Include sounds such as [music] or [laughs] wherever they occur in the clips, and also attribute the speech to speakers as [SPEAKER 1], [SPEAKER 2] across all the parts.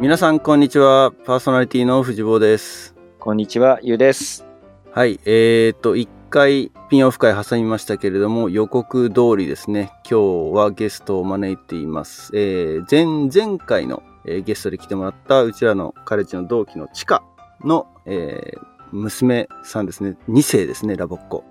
[SPEAKER 1] 皆さんこんにちはパーソナリティの藤坊です
[SPEAKER 2] こんにちは、ゆうです。
[SPEAKER 1] はいえー、っと1回ピンオフ会挟みましたけれども予告通りですね今日はゲストを招いています、えー、前々回の、えーゲストで来てもらったうちらのカレッジの同期のチカの、えー娘さんですね2世ですねラボッコ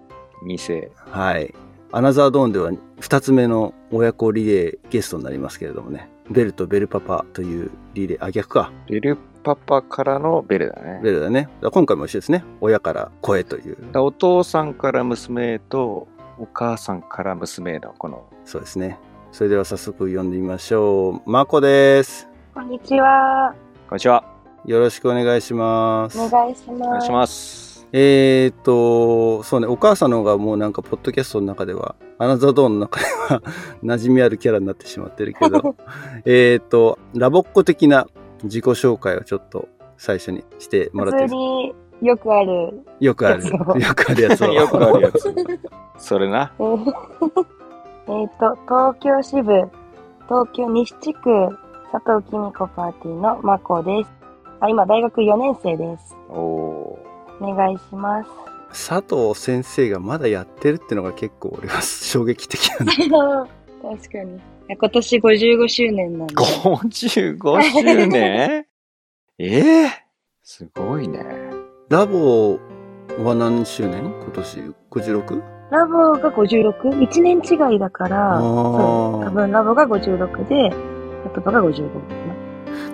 [SPEAKER 2] 二世。
[SPEAKER 1] はい。アナザードーンでは2つ目の親子リレーゲストになりますけれどもね。ベルとベルパパというリレー、あ、逆か。
[SPEAKER 2] ベルパパからのベルだね。
[SPEAKER 1] ベルだね。だから今回も一緒ですね。親から子へという。
[SPEAKER 2] だお父さんから娘へと、お母さんから娘へのこの、
[SPEAKER 1] そうですね。それでは早速読んでみましょう。まこです。
[SPEAKER 3] こんにちは。
[SPEAKER 2] こんにちは。
[SPEAKER 1] よろしくお願いします。
[SPEAKER 3] お願いし
[SPEAKER 2] お願
[SPEAKER 3] ま
[SPEAKER 2] い
[SPEAKER 3] す。
[SPEAKER 2] します。
[SPEAKER 1] えーっと、そうね、お母さんの方がもうなんか、ポッドキャストの中では、アナザードーンの中では、 [laughs] 馴染みあるキャラになってしまってるけ
[SPEAKER 2] [laughs]
[SPEAKER 1] ど、えーっと、ラボっ子的な自己紹介をちょっと最初にしてもらっていい
[SPEAKER 3] 普
[SPEAKER 1] です
[SPEAKER 3] 通
[SPEAKER 1] か
[SPEAKER 3] によくある。 [laughs]
[SPEAKER 1] よくある、
[SPEAKER 3] やつを
[SPEAKER 1] よくあるやつを。
[SPEAKER 2] [laughs] よくあるやつ。 [laughs] それな。
[SPEAKER 3] えーえーと、東京支部、東京西地区、佐藤公子パーティーのまこです。あ、今大学4年生です。
[SPEAKER 2] おー。
[SPEAKER 3] お願いします。
[SPEAKER 1] 佐藤先生がまだやってるってのが結構俺は衝撃的なんだ。
[SPEAKER 3] [laughs] 確かに。今年55周年なんで。
[SPEAKER 2] 55周年ええすごいね。
[SPEAKER 1] ラボは何周年今年 56?
[SPEAKER 3] ラボが 56?1 年違いだから、
[SPEAKER 1] あー
[SPEAKER 3] そう多分ラボが56で、ラトバが55かな。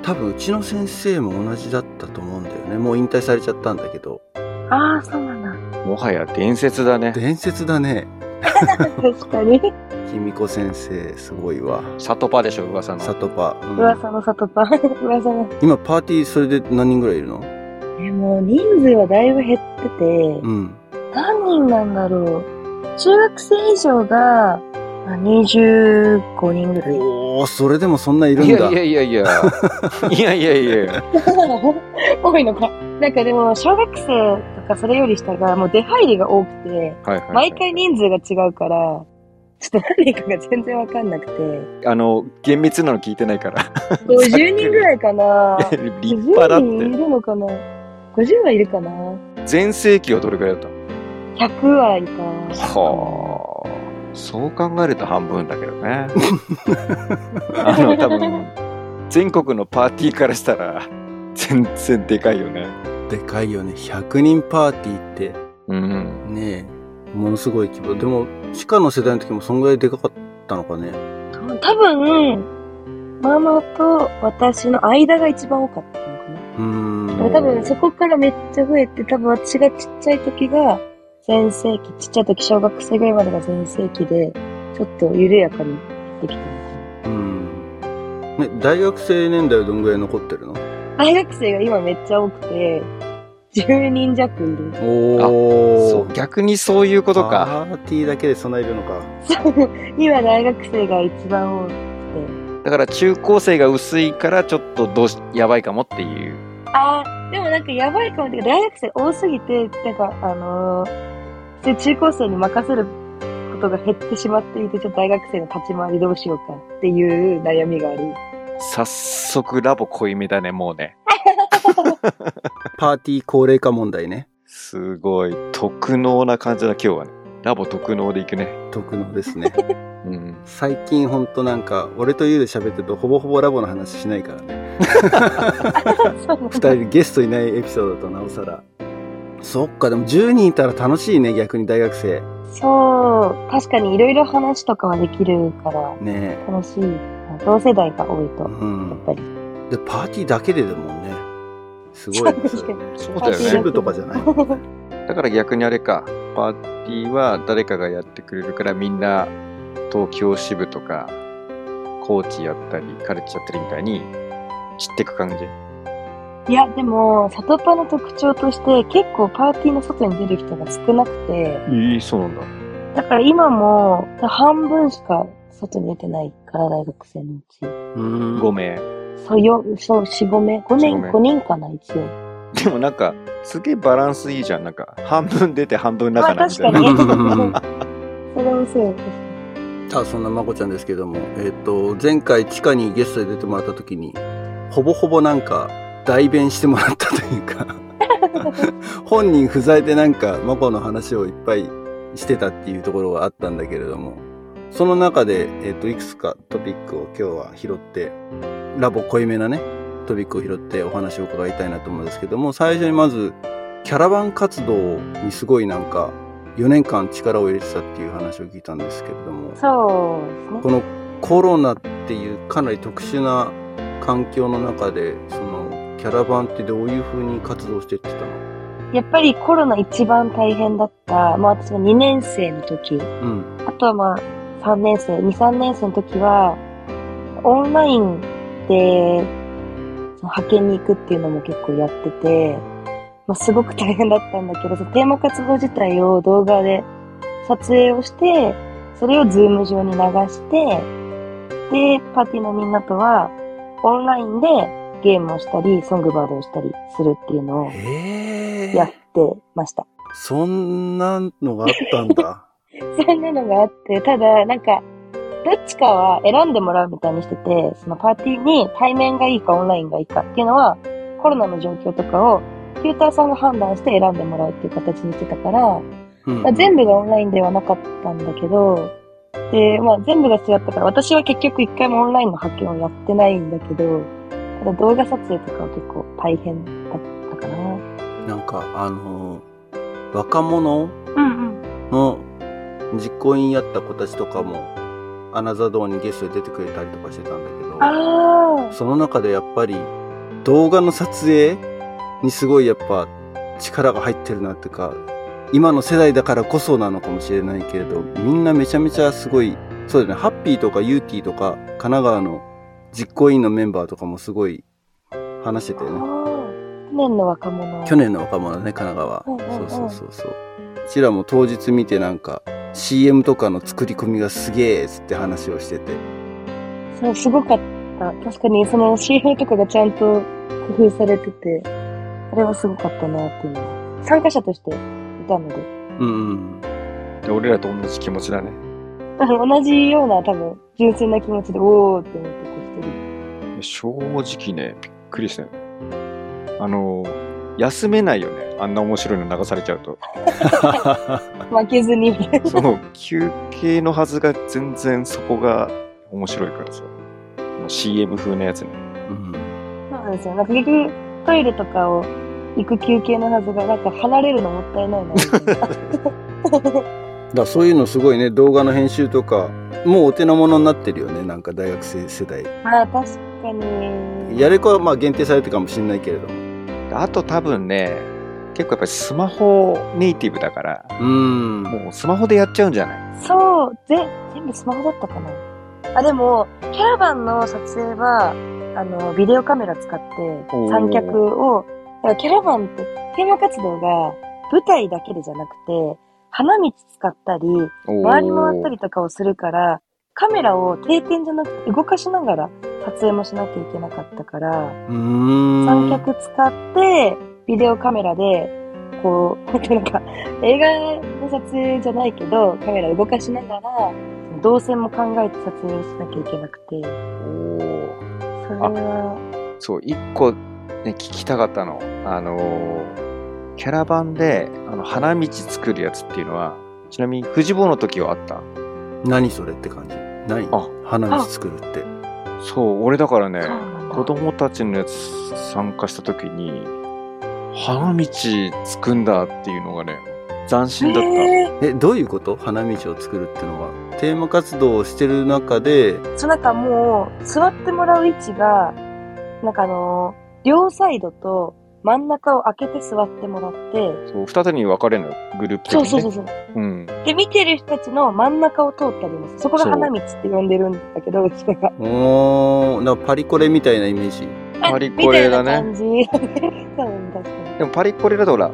[SPEAKER 1] 多分うちの先生も同じだったと思うんだよね。もう引退されちゃったんだけど。
[SPEAKER 3] ああ、そうなんだ。
[SPEAKER 2] もはや伝説だね。
[SPEAKER 1] 伝説だね。
[SPEAKER 3] 確かに。
[SPEAKER 1] 君子先生、すごいわ。
[SPEAKER 2] サトパでしょ、噂
[SPEAKER 1] サ
[SPEAKER 2] の。
[SPEAKER 1] トパ、うん
[SPEAKER 3] 噂の里パン。 [laughs] 噂の。
[SPEAKER 1] 今パーティーそれで何人ぐらいいるの
[SPEAKER 3] え、もう人数はだいぶ減ってて、
[SPEAKER 1] うん。
[SPEAKER 3] 何人なんだろう。中学生以上が、まあ25人ぐら
[SPEAKER 2] [laughs]
[SPEAKER 3] い。
[SPEAKER 1] おー、それでもそんないる
[SPEAKER 2] い
[SPEAKER 1] ん
[SPEAKER 2] や
[SPEAKER 1] だ
[SPEAKER 2] い。やいやいや。
[SPEAKER 1] [laughs]
[SPEAKER 2] いやいやいや。
[SPEAKER 3] 多いのか。なんかでも、小学生とかそれより下が、もう出入りが多くて、
[SPEAKER 2] はいはいはい
[SPEAKER 3] 毎回人数が違うから、ちょっと何かが全然わかんなくて、
[SPEAKER 2] [laughs] あの、厳密なの聞いてないから。。
[SPEAKER 3] 50人ぐらいかな
[SPEAKER 2] [laughs] 立派だっ
[SPEAKER 3] 50人
[SPEAKER 2] て。
[SPEAKER 3] いるのかな ?50 はいるかな
[SPEAKER 2] 全盛期はどれくらいだったの
[SPEAKER 3] ?100 はいた。
[SPEAKER 2] はあ。そう考えると半分だけど [laughs] ね。あの、多分、全国のパーティーからしたら、全然でかいよね。
[SPEAKER 1] でかいよね。100人パーティーって。
[SPEAKER 2] うん。
[SPEAKER 1] ねえものすごい規模でも地下の世代の時もそんぐらいでかかったのかね
[SPEAKER 3] 多分、ママと私の間が一番多かったのか
[SPEAKER 1] う
[SPEAKER 3] な。
[SPEAKER 1] ーん
[SPEAKER 3] 多分そこからめっちゃ増えて、多分私がちっちゃい時が全盛期、ちっちゃい時小学生ぐらいまでが全盛期で、ちょっと緩やかにできたの
[SPEAKER 1] うん、ね、大学生年代はどんぐらい残ってるの
[SPEAKER 3] かな。大学生が今めっちゃ多くて、10人弱いる。
[SPEAKER 1] お
[SPEAKER 2] そ
[SPEAKER 1] お
[SPEAKER 2] う、逆にそういうことか。
[SPEAKER 1] パーティーだけでそんないるのか
[SPEAKER 3] そう今大学生が一番多くて。
[SPEAKER 2] だから中高生が薄いから、ちょっとどうし、やばいかもっていう。
[SPEAKER 3] あーでもなんかやばいかもってか、大学生多すぎて、なんかあのー、で中高生に任せることが減ってしまっていて、ちょっと大学生の立ち回りどうしようかっていう悩みがある。
[SPEAKER 2] 早速ラボ濃いめだね、もうね。
[SPEAKER 1] パーティー高齢化問題ね
[SPEAKER 2] すごい。特能な感じだ、今日はね。ラボ特能でいくね。
[SPEAKER 1] 特能です
[SPEAKER 2] [laughs]
[SPEAKER 1] ね
[SPEAKER 2] うん。
[SPEAKER 1] 最近ほんとなんか俺とユウで喋ってるとほぼほぼラボの話しないからね
[SPEAKER 3] そう
[SPEAKER 1] 2人でゲストいないエピソードだとなおさらそっかでも10人いたら楽しいね逆に大学生
[SPEAKER 3] そう、確かにいろいろ話とかはできるから、
[SPEAKER 1] ね
[SPEAKER 3] 楽しいな。同世代が多い
[SPEAKER 1] え
[SPEAKER 3] と
[SPEAKER 1] う、
[SPEAKER 3] やっ
[SPEAKER 1] ん
[SPEAKER 3] ぱり。
[SPEAKER 1] でパーティーだけでだもんねすごいねそれ
[SPEAKER 2] [laughs] そうだよ
[SPEAKER 3] パ
[SPEAKER 2] ね
[SPEAKER 3] ーティーだ
[SPEAKER 1] 支。部とかじゃない
[SPEAKER 2] だから逆にあれか、パーティーは誰かがやってくれるからみんな東京支部とか、高知やったり、カレッジやったりみたいに散ってく感じ。
[SPEAKER 3] いや、でも、サトパの特徴として、結構パーティーの外に出る人が少なくて、
[SPEAKER 2] ええ、そうなんだ。
[SPEAKER 3] だから今も、半分しか外に出てないから、大学生のうち。
[SPEAKER 1] うん
[SPEAKER 2] 5名。
[SPEAKER 3] そう、よ、そう、四五名、五
[SPEAKER 2] 四
[SPEAKER 3] 年、
[SPEAKER 2] 五
[SPEAKER 3] 五人かな、一応。
[SPEAKER 2] でもなんか、すげえバランスいいじゃん。なんか、半分出て半分
[SPEAKER 3] ま
[SPEAKER 2] 中
[SPEAKER 3] あ、
[SPEAKER 2] なんみた
[SPEAKER 3] 確か
[SPEAKER 2] いな。
[SPEAKER 3] に。
[SPEAKER 1] うんうんうん
[SPEAKER 3] それもそう。
[SPEAKER 1] さあそんなまこちゃんですけども、えっと前回地下にゲストで出てもらった時にほぼほぼなんか代弁してもらったというか本人不在でなんかマコの話をいっぱいしてたっていうところがあったんだけれどもその中で、えっといくつかトピックを今日は拾ってラボ濃いめなねトピックを拾ってお話を伺いたいなと思うんですけども最初にまずキャラバン活動にすごいなんか4年間力を入れてたっていう話を聞いたんですけれども
[SPEAKER 3] そうですね
[SPEAKER 1] このコロナっていうかなり特殊な環境の中でそのキャラバンってどういうふうに活動していってたの
[SPEAKER 3] やっぱりコロナ一番大変だった、まあ私が2年生の時、
[SPEAKER 1] うん
[SPEAKER 3] あとはまあ3年生、2、3年生の時は、オンラインでその派遣に行くっていうのも結構やってて、まあすごく大変だったんだけど、そのテーマ活動自体を動画で撮影をして、それをズーム上に流して、で、パーティーのみんなとは、オンラインでゲームをしたり、ソングバードをしたりするっていうのを
[SPEAKER 1] へ
[SPEAKER 3] やってました。
[SPEAKER 1] そんなのがあったん
[SPEAKER 3] [laughs]
[SPEAKER 1] だ
[SPEAKER 3] そんなのがあって、ただ、なんか、どっちかは選んでもらうみたいにしてて、そのパーティーに対面がいいかオンラインがいいかっていうのは、コロナの状況とかを、キューターさんが判断して選んでもらうっていう形にしてたから、
[SPEAKER 1] うん
[SPEAKER 3] まあ、全部がオンラインではなかったんだけど、で、まあ全部が違ったから、私は結局一回もオンラインの派遣をやってないんだけど、ただ動画撮影とかは結構大変だったか
[SPEAKER 1] な
[SPEAKER 3] な。
[SPEAKER 1] んかあの若者
[SPEAKER 3] うん
[SPEAKER 1] の実行委員やった子たちとかもアナザードーンにゲストで出てくれたりとかしてたんだけど
[SPEAKER 3] あ
[SPEAKER 1] その中でやっぱり動画の撮影にすごいやっぱ力が入ってるなっていうか今の世代だからこそなのかもしれないけれどみんなめちゃめちゃすごいそうだねハッピーとかユーティーとか神奈川の実行委員のメンバーとかもすごい話して
[SPEAKER 3] あ
[SPEAKER 1] たよね
[SPEAKER 3] ー。去年の若者。
[SPEAKER 1] 去年の若者ね神奈川、
[SPEAKER 3] うんうんうん
[SPEAKER 1] そうそうそうそううちらも当日見てなんか CM とかの作り込みがすげえっつって話をしてて
[SPEAKER 3] そう、すごかった。確かに、その CM とかがちゃんと工夫されてて、あれはすごかったなっていうのは。参加者としていたので、 [laughs]
[SPEAKER 1] うん
[SPEAKER 2] で俺らと同じ気持ちだね。
[SPEAKER 3] 同じような多分、純粋な気持ちで、おーって思ってた一
[SPEAKER 2] 正直ね、びっくりしたよ。あの、休めないよね。あんな面白いの流されちゃうと。
[SPEAKER 3] 人。負けずに、 [laughs] みたいな。
[SPEAKER 2] その休憩のはずが全然そこが面白いからさ。もう CM 風のやつね。
[SPEAKER 1] うん
[SPEAKER 3] そうなんですよ。なんか結局、トイレとかを行く休憩のはずが、なんか離れるのもったいないなみたいな。
[SPEAKER 1] だからそういうのすごいね動画の編集とかもうお手の物になってるよねなんか大学生世代
[SPEAKER 3] まあ、確かに。
[SPEAKER 1] やれ子はまあ限定されてるかもしれないけれども
[SPEAKER 2] であと多分ね、結構やっぱりスマホネイティブだから、
[SPEAKER 1] うん
[SPEAKER 2] もうスマホでやっちゃうんじゃない
[SPEAKER 3] そう、ぜ、全部スマホだったかな。あ、でも、キャラバンの撮影は、あの、ビデオカメラ使って
[SPEAKER 2] おー
[SPEAKER 3] 三脚を、だからキャラバンってテーマ活動が舞台だけでじゃなくて、花道使ったり、回り回ったりとかをするから、カメラを定点じゃなくて動かしながら撮影もしなきゃいけなかったから、
[SPEAKER 1] うーん
[SPEAKER 3] 三脚使って、ビデオカメラで、こう、 [laughs] 本当なんか、映画の撮影じゃないけど、カメラ動かしながら、動線も考えて撮影をしなきゃいけなくて、
[SPEAKER 2] おー
[SPEAKER 3] それは、
[SPEAKER 2] そう、一個ね、聞きたかったの。あのーキャラバンで、あの、花道作るやつっていうのは、ちなみに、富士坊の時はあった
[SPEAKER 1] 何それって感じない
[SPEAKER 2] あ
[SPEAKER 1] 花道作るって
[SPEAKER 2] そう、俺だからね
[SPEAKER 3] そう、なんだ
[SPEAKER 2] 子供たちのやつ参加した時に、花道作んだっていうのがね、斬新だった。
[SPEAKER 3] へ
[SPEAKER 1] えどういうこと花道を作るってのはテーマ活動をしてる中で
[SPEAKER 3] ーそうなんかもう、座ってもらう位置が、なんかあのー両サイドと真ん中を開けて座ってもらって、
[SPEAKER 2] そう、二手に分かれるのよ、グループ的
[SPEAKER 3] そ
[SPEAKER 2] に、
[SPEAKER 3] う
[SPEAKER 2] ね。
[SPEAKER 3] そうそうそう。
[SPEAKER 2] うん。
[SPEAKER 3] で、見てる人たちの真ん中を通ったりもするそこが
[SPEAKER 2] そう
[SPEAKER 3] 花道って呼んでるんだけど、うちらが。
[SPEAKER 1] おーなんかパリコレみたいなイメージ
[SPEAKER 2] パリコレだ
[SPEAKER 3] [laughs]
[SPEAKER 2] ね
[SPEAKER 3] みたいな感じ。 [laughs] そうね、確かに。
[SPEAKER 2] でもパリコレだとほら、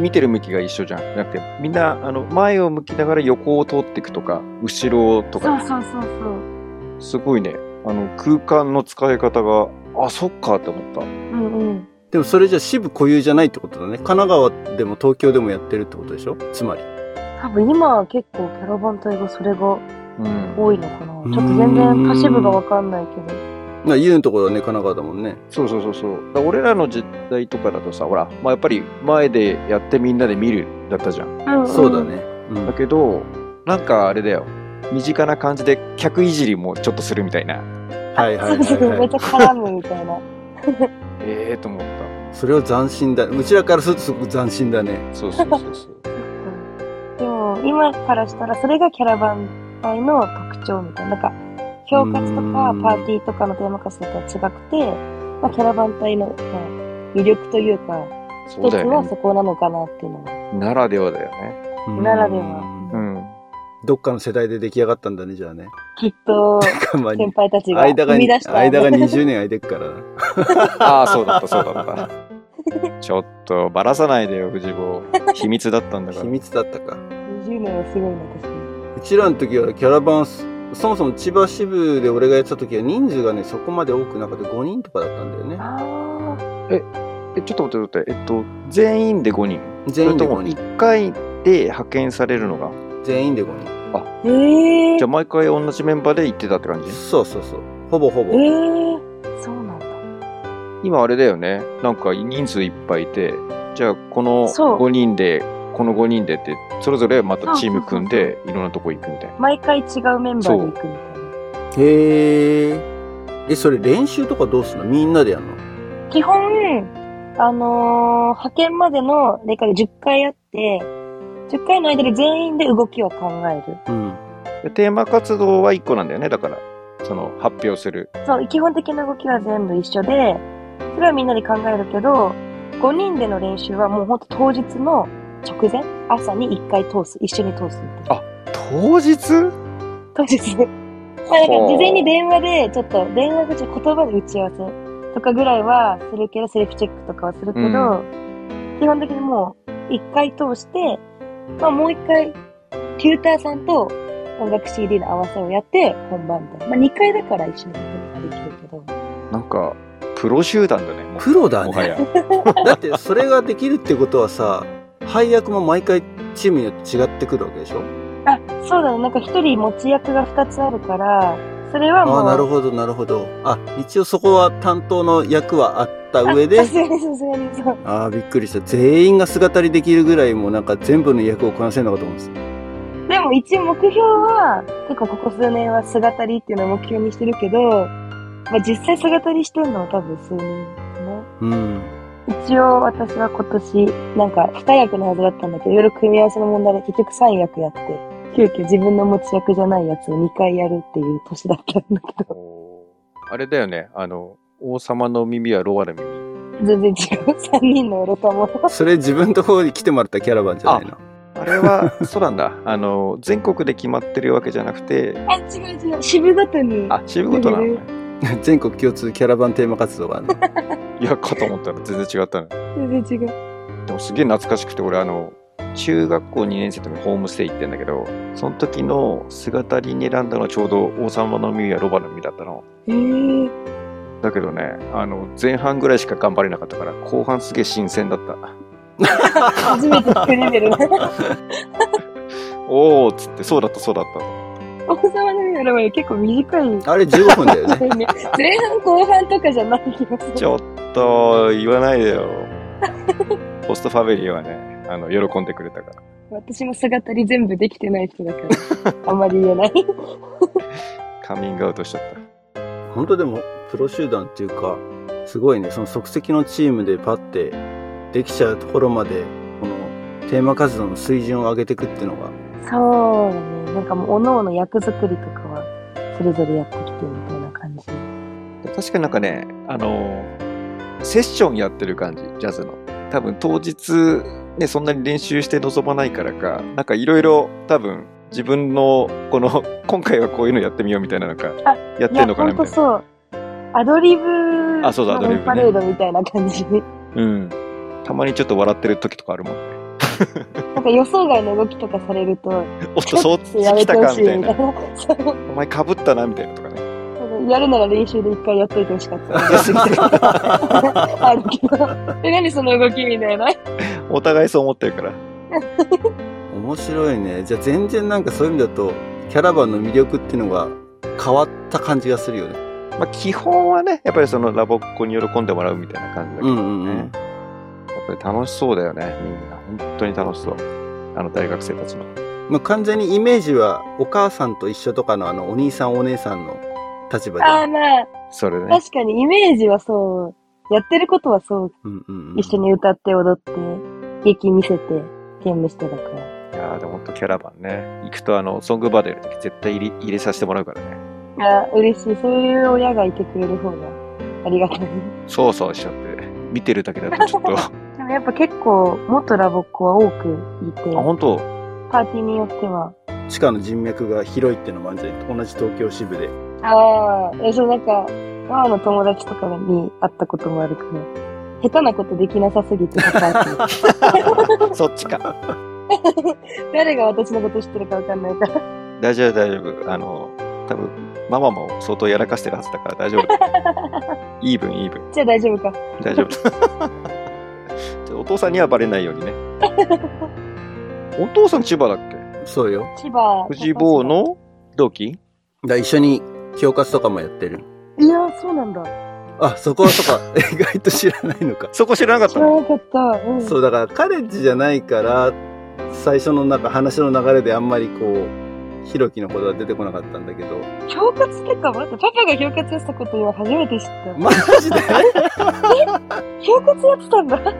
[SPEAKER 2] 見てる向きが一緒じゃん。なくて、みんな、あの、前を向きながら横を通っていくとか、後ろと
[SPEAKER 3] そ
[SPEAKER 2] か
[SPEAKER 3] う、そうそうそう。
[SPEAKER 2] すごいね、あの、空間の使い方が、あ、そっかって思った。
[SPEAKER 3] うんうん。
[SPEAKER 1] でもそれじゃ支部固有じゃないってことだね神奈川でも東京でもやってるってことでしょつまり
[SPEAKER 3] 多分今は結構キャラバン隊がそれが
[SPEAKER 2] うん。
[SPEAKER 3] 多いのかな。
[SPEAKER 1] ん
[SPEAKER 3] ちょっと全然歌詞部がわかんないけど。
[SPEAKER 1] まあ、ユウのところはね、神奈川だもんね。
[SPEAKER 2] そうそうそうそう。だから俺らの時代とかだとさ、ほら、まあ、やっぱり前でやってみんなで見るだったじゃん。
[SPEAKER 3] うんん
[SPEAKER 1] そうだ。ね。うん
[SPEAKER 2] だけど、なんかあれだよ。身近な感じで客いじりもちょっとするみたいな。
[SPEAKER 1] はいはい
[SPEAKER 3] そうそう、
[SPEAKER 1] はい、は
[SPEAKER 3] めっ
[SPEAKER 1] い
[SPEAKER 3] ちゃ。絡むみたいな。
[SPEAKER 2] ええー、と思った。
[SPEAKER 1] それは斬新だ。うちらからするとすごく斬新だね。
[SPEAKER 2] そうそうそうそう。
[SPEAKER 3] うんでも、今からしたら、それがキャラバン隊の特徴みたいな。なんか、評価値とか
[SPEAKER 1] うん
[SPEAKER 3] パーティーとかのテーマ化とは違くて、まあ、キャラバン隊の、まあ魅力というか、
[SPEAKER 2] そ
[SPEAKER 3] 一
[SPEAKER 2] う
[SPEAKER 3] つ
[SPEAKER 2] だよ
[SPEAKER 3] は
[SPEAKER 2] ね。
[SPEAKER 3] そこなのかなっていうのは。
[SPEAKER 2] ならではだよね。
[SPEAKER 1] うん
[SPEAKER 3] ならでは
[SPEAKER 2] うん。
[SPEAKER 1] どっかの世代で出来上がったんだね、じゃあね。 [laughs]
[SPEAKER 3] きっと、
[SPEAKER 1] まあ
[SPEAKER 3] 先輩たちが
[SPEAKER 1] 間が
[SPEAKER 3] 生み出した。
[SPEAKER 1] 間が20年空いてっ
[SPEAKER 3] [laughs]
[SPEAKER 1] からな。
[SPEAKER 2] ああ、そうだった、そうだった。ちょっと、ばらさないでよ、藤坊。秘密だったんだか
[SPEAKER 1] 秘
[SPEAKER 2] ら。
[SPEAKER 1] 密だったか。
[SPEAKER 3] 20年はすごいな、確かに。
[SPEAKER 1] うちらの時はキャラバンス、そもそも千葉支部で俺がやってた時は人数がね、そこまで多くなくて5人とかだったんだよね。
[SPEAKER 3] ああ、
[SPEAKER 2] え、ちょっと待って、待って、えっと、全員で5人。
[SPEAKER 1] 全員で
[SPEAKER 2] それと
[SPEAKER 1] 5
[SPEAKER 2] も
[SPEAKER 1] 人。
[SPEAKER 2] 1回で派遣されるのが。
[SPEAKER 1] 全員で5人。
[SPEAKER 3] ええ
[SPEAKER 2] じゃあ、毎回同じメンバーで行ってたって感じ
[SPEAKER 1] そうそうそう。ほぼほぼ。
[SPEAKER 3] ええそうなんだ。
[SPEAKER 2] 今あれだよね。なんか人数いっぱいいて、じゃあ、この
[SPEAKER 3] そう
[SPEAKER 2] 5人で、この5人でって、それぞれまたチーム組んで、いろんなとこ行くみたいな。
[SPEAKER 3] 毎回違うメンバーで行くみたい
[SPEAKER 1] へえ。え、それ練習とかどうすんのみんなでやるの
[SPEAKER 3] な。基本、あのー派遣までのレカが10回あって、10回の間で全員で動きを考える。
[SPEAKER 1] うん。
[SPEAKER 2] でテーマ活動は1個なんだよね、だから。その、発表する。
[SPEAKER 3] そう、基本的な動きは全部一緒で、それはみんなで考えるけど、5人での練習はもうほんと当日の直前、朝に1回通す、一緒に通すみたいな。
[SPEAKER 2] 当日
[SPEAKER 3] 当日ね。まあ、なんか事前に電話で、ちょっと電話口、言葉で打ち合わせとかぐらいはするけど、セルフチェックとかはするけど、
[SPEAKER 2] う
[SPEAKER 3] 基本的にもう一回通して、まあもう一回、テューターさんと音楽 CD の合わせをやって、本番みたいな。まあ二回だから一緒にやることができるけど。
[SPEAKER 2] なんか、プロ集団だね。もう
[SPEAKER 1] プロだ
[SPEAKER 2] もは
[SPEAKER 1] [laughs] ね。
[SPEAKER 2] や。
[SPEAKER 1] だってそれができるってことはさ、配役も毎回チームによって違ってくるわけでしょ
[SPEAKER 3] あ、そうだね。なんか一人持ち役が二つあるから、それはもう。
[SPEAKER 1] ああ、なるほど、なるほど。あ、一応そこは担当の役はあった上で
[SPEAKER 3] さ、すがにさすがにそう。
[SPEAKER 1] ああ、びっくりした。全員が姿りできるぐらいもうなんか全部の役をこなせるのかと思うんです。
[SPEAKER 3] でも一応目標は、結構ここ数年は姿りっていうのを目標にしてるけど、まあ、実際姿りしてるのは多分数人
[SPEAKER 1] うん。
[SPEAKER 3] ですね。一応私は今年、なんか二役のはずだったんだけど、いろいろ組み合わせの問題で結局三役やって、急遽自分の持ち役じゃないやつを二回やるっていう年だったんだけ
[SPEAKER 2] あれだよね。あの、王様の耳はロアの耳。
[SPEAKER 3] ど、全然違う。三人のロタも。
[SPEAKER 1] それ自分のところに来てもらったキャラバンじゃないの。
[SPEAKER 2] あれは、そうなんだ。 [laughs] あの、全国で決まってるわけじゃなくて、
[SPEAKER 3] あ、違う違う。支部ごとに。
[SPEAKER 2] あ、支部ごとなのね。
[SPEAKER 1] [laughs] 全国共通キャラバンテーマ活動があるの。
[SPEAKER 2] いや、かと思ったら全然違ったの。
[SPEAKER 3] 全然違う。
[SPEAKER 2] でもすげえ懐かしくて、俺あの、中学校2年生の時にホームステイ行ってんだけど、その時の姿に選んだのがちょうど王様の耳はロバの耳だったの。
[SPEAKER 3] えー、
[SPEAKER 2] だけどね、あの、前半ぐらいしか頑張れなかったから、後半すげえ新鮮だった。
[SPEAKER 3] 初めて作れて [laughs] るな。
[SPEAKER 2] おーっつって、そうだった、そうだった。
[SPEAKER 3] 王様の夜は結構短い
[SPEAKER 1] あれ15分だよね。
[SPEAKER 3] [laughs] 前半後半とかじゃない気がす
[SPEAKER 2] ち
[SPEAKER 3] る。
[SPEAKER 2] ょっと言わないでよ。ホストファミリーはね、あの、喜んでくれたから。
[SPEAKER 3] 私も姿り全部できてない人だから、
[SPEAKER 2] [laughs]
[SPEAKER 3] あんまり言えない。
[SPEAKER 2] カミングアウトしちゃった。
[SPEAKER 1] 本当でも、プロ集団っていうか、すごいね、その即席のチームでパッてできちゃうところまで、このテーマ活動の水準を上げていくっていうの [laughs] が、
[SPEAKER 3] そうだね。なんかもう、おのおの役作りとかは、それぞれやってきてるみたいな感じ。
[SPEAKER 2] 確かになんかね、あの、セッションやってる感じ、ジャズの。多分当日、ね、そんなに練習して臨まないからか、なんかいろいろ多分自分の、この、 [laughs] 今回はこういうのやってみようみたいなのか
[SPEAKER 3] あ、
[SPEAKER 2] やって
[SPEAKER 3] いや、
[SPEAKER 2] んのか
[SPEAKER 3] ほ
[SPEAKER 2] なんみたい
[SPEAKER 3] と
[SPEAKER 2] な。
[SPEAKER 3] そう。アドリブ、
[SPEAKER 2] あそうだ
[SPEAKER 3] マ
[SPEAKER 2] アドリブね
[SPEAKER 3] パレードみたいな感じ。
[SPEAKER 2] うん。たまにちょっと笑ってる時とかあるもんね。
[SPEAKER 3] なんか予想外の動きとかされると、
[SPEAKER 2] おっと、そうっち
[SPEAKER 3] やめ
[SPEAKER 2] 来
[SPEAKER 3] て
[SPEAKER 2] た
[SPEAKER 3] ほ
[SPEAKER 2] か
[SPEAKER 3] しい
[SPEAKER 2] み
[SPEAKER 3] み
[SPEAKER 2] た
[SPEAKER 3] た
[SPEAKER 2] い
[SPEAKER 3] い
[SPEAKER 2] な。
[SPEAKER 3] な。そう
[SPEAKER 2] お前かぶったなみたいなとかね。
[SPEAKER 3] やるなら練習で一回やっといてほしかった。
[SPEAKER 2] [laughs]
[SPEAKER 3] あるけど。え、何その動きみたいな。
[SPEAKER 2] お互いそう思ってるから。
[SPEAKER 1] 面白いね。じゃあ全然なんかそういう意味だと、キャラバンの魅力っていうのが変わった感じがするよね。
[SPEAKER 2] まあ、基本はね、やっぱりそのラボっ子に喜んでもらうみたいな感じだけ
[SPEAKER 1] う
[SPEAKER 2] ど
[SPEAKER 1] ん
[SPEAKER 2] ね。
[SPEAKER 1] うんう
[SPEAKER 2] やっ
[SPEAKER 1] ん。
[SPEAKER 2] ぱり楽しそうだよね、みんな。本当に楽しそう。あの大学生たちの。
[SPEAKER 1] まあ、完全にイメージはお母さんと一緒とかのあのお兄さんお姉さんの立場で。
[SPEAKER 3] ああ、まあ、
[SPEAKER 2] それね。
[SPEAKER 3] 確かにイメージはそう。やってることはそう。
[SPEAKER 1] うんうんうん、
[SPEAKER 3] 一緒に歌って踊って、劇見せて、ゲームしてたから。
[SPEAKER 2] いやーでも本当キャラバンね。行くとあの、ソングバーでやるとき絶対入れ入れさせてもらうからね。
[SPEAKER 3] あ嬉しい。そういう親がいてくれる方がありがたい。
[SPEAKER 2] そうそうしちゃって。見てるだけだとちょっと。あ、
[SPEAKER 3] でもやっぱ結構、元ラボっ子は多くいて、
[SPEAKER 2] 本当
[SPEAKER 3] パーティーによっては。
[SPEAKER 1] 地下の人脈が広いってのもあるんじゃない同じ東京支部で。
[SPEAKER 3] ああ、えそうなんか、ママの友達とかに会ったこともあるけど、下手なことできなさすぎて、パーティ [laughs] ー
[SPEAKER 2] そっちか。
[SPEAKER 3] 誰が私のこと知ってるかわかんないから。
[SPEAKER 2] 大丈夫、大丈夫。あの、多分ママも相当やらかしてるはずだから大丈夫だよ。イーブン、イーブン。
[SPEAKER 3] じゃあ大丈夫か。
[SPEAKER 2] 大 [laughs] 丈夫。じゃあお父さんにはバレないようにね。お父さん千葉だっけ
[SPEAKER 1] そうよ。
[SPEAKER 3] 千葉。
[SPEAKER 2] 藤坊の同期
[SPEAKER 1] だから一緒に恐喝とかもやってる。
[SPEAKER 3] いや、そうなんだ。
[SPEAKER 1] あ、そこはそこ。 [laughs] 意外と知らないのか。
[SPEAKER 2] そこ知らなかっ
[SPEAKER 3] 知
[SPEAKER 2] た
[SPEAKER 3] ら
[SPEAKER 2] の
[SPEAKER 3] なかった。うん。
[SPEAKER 1] そう、だからカレッジじゃないから、最初のなんか話の流れであんまりこう、ひろきのことは出てこなかったんだけど。
[SPEAKER 3] 恐喝ってか、待って、パパが恐喝やってたこと今初めて知った。
[SPEAKER 1] マジで
[SPEAKER 3] 恐喝やってたんだ。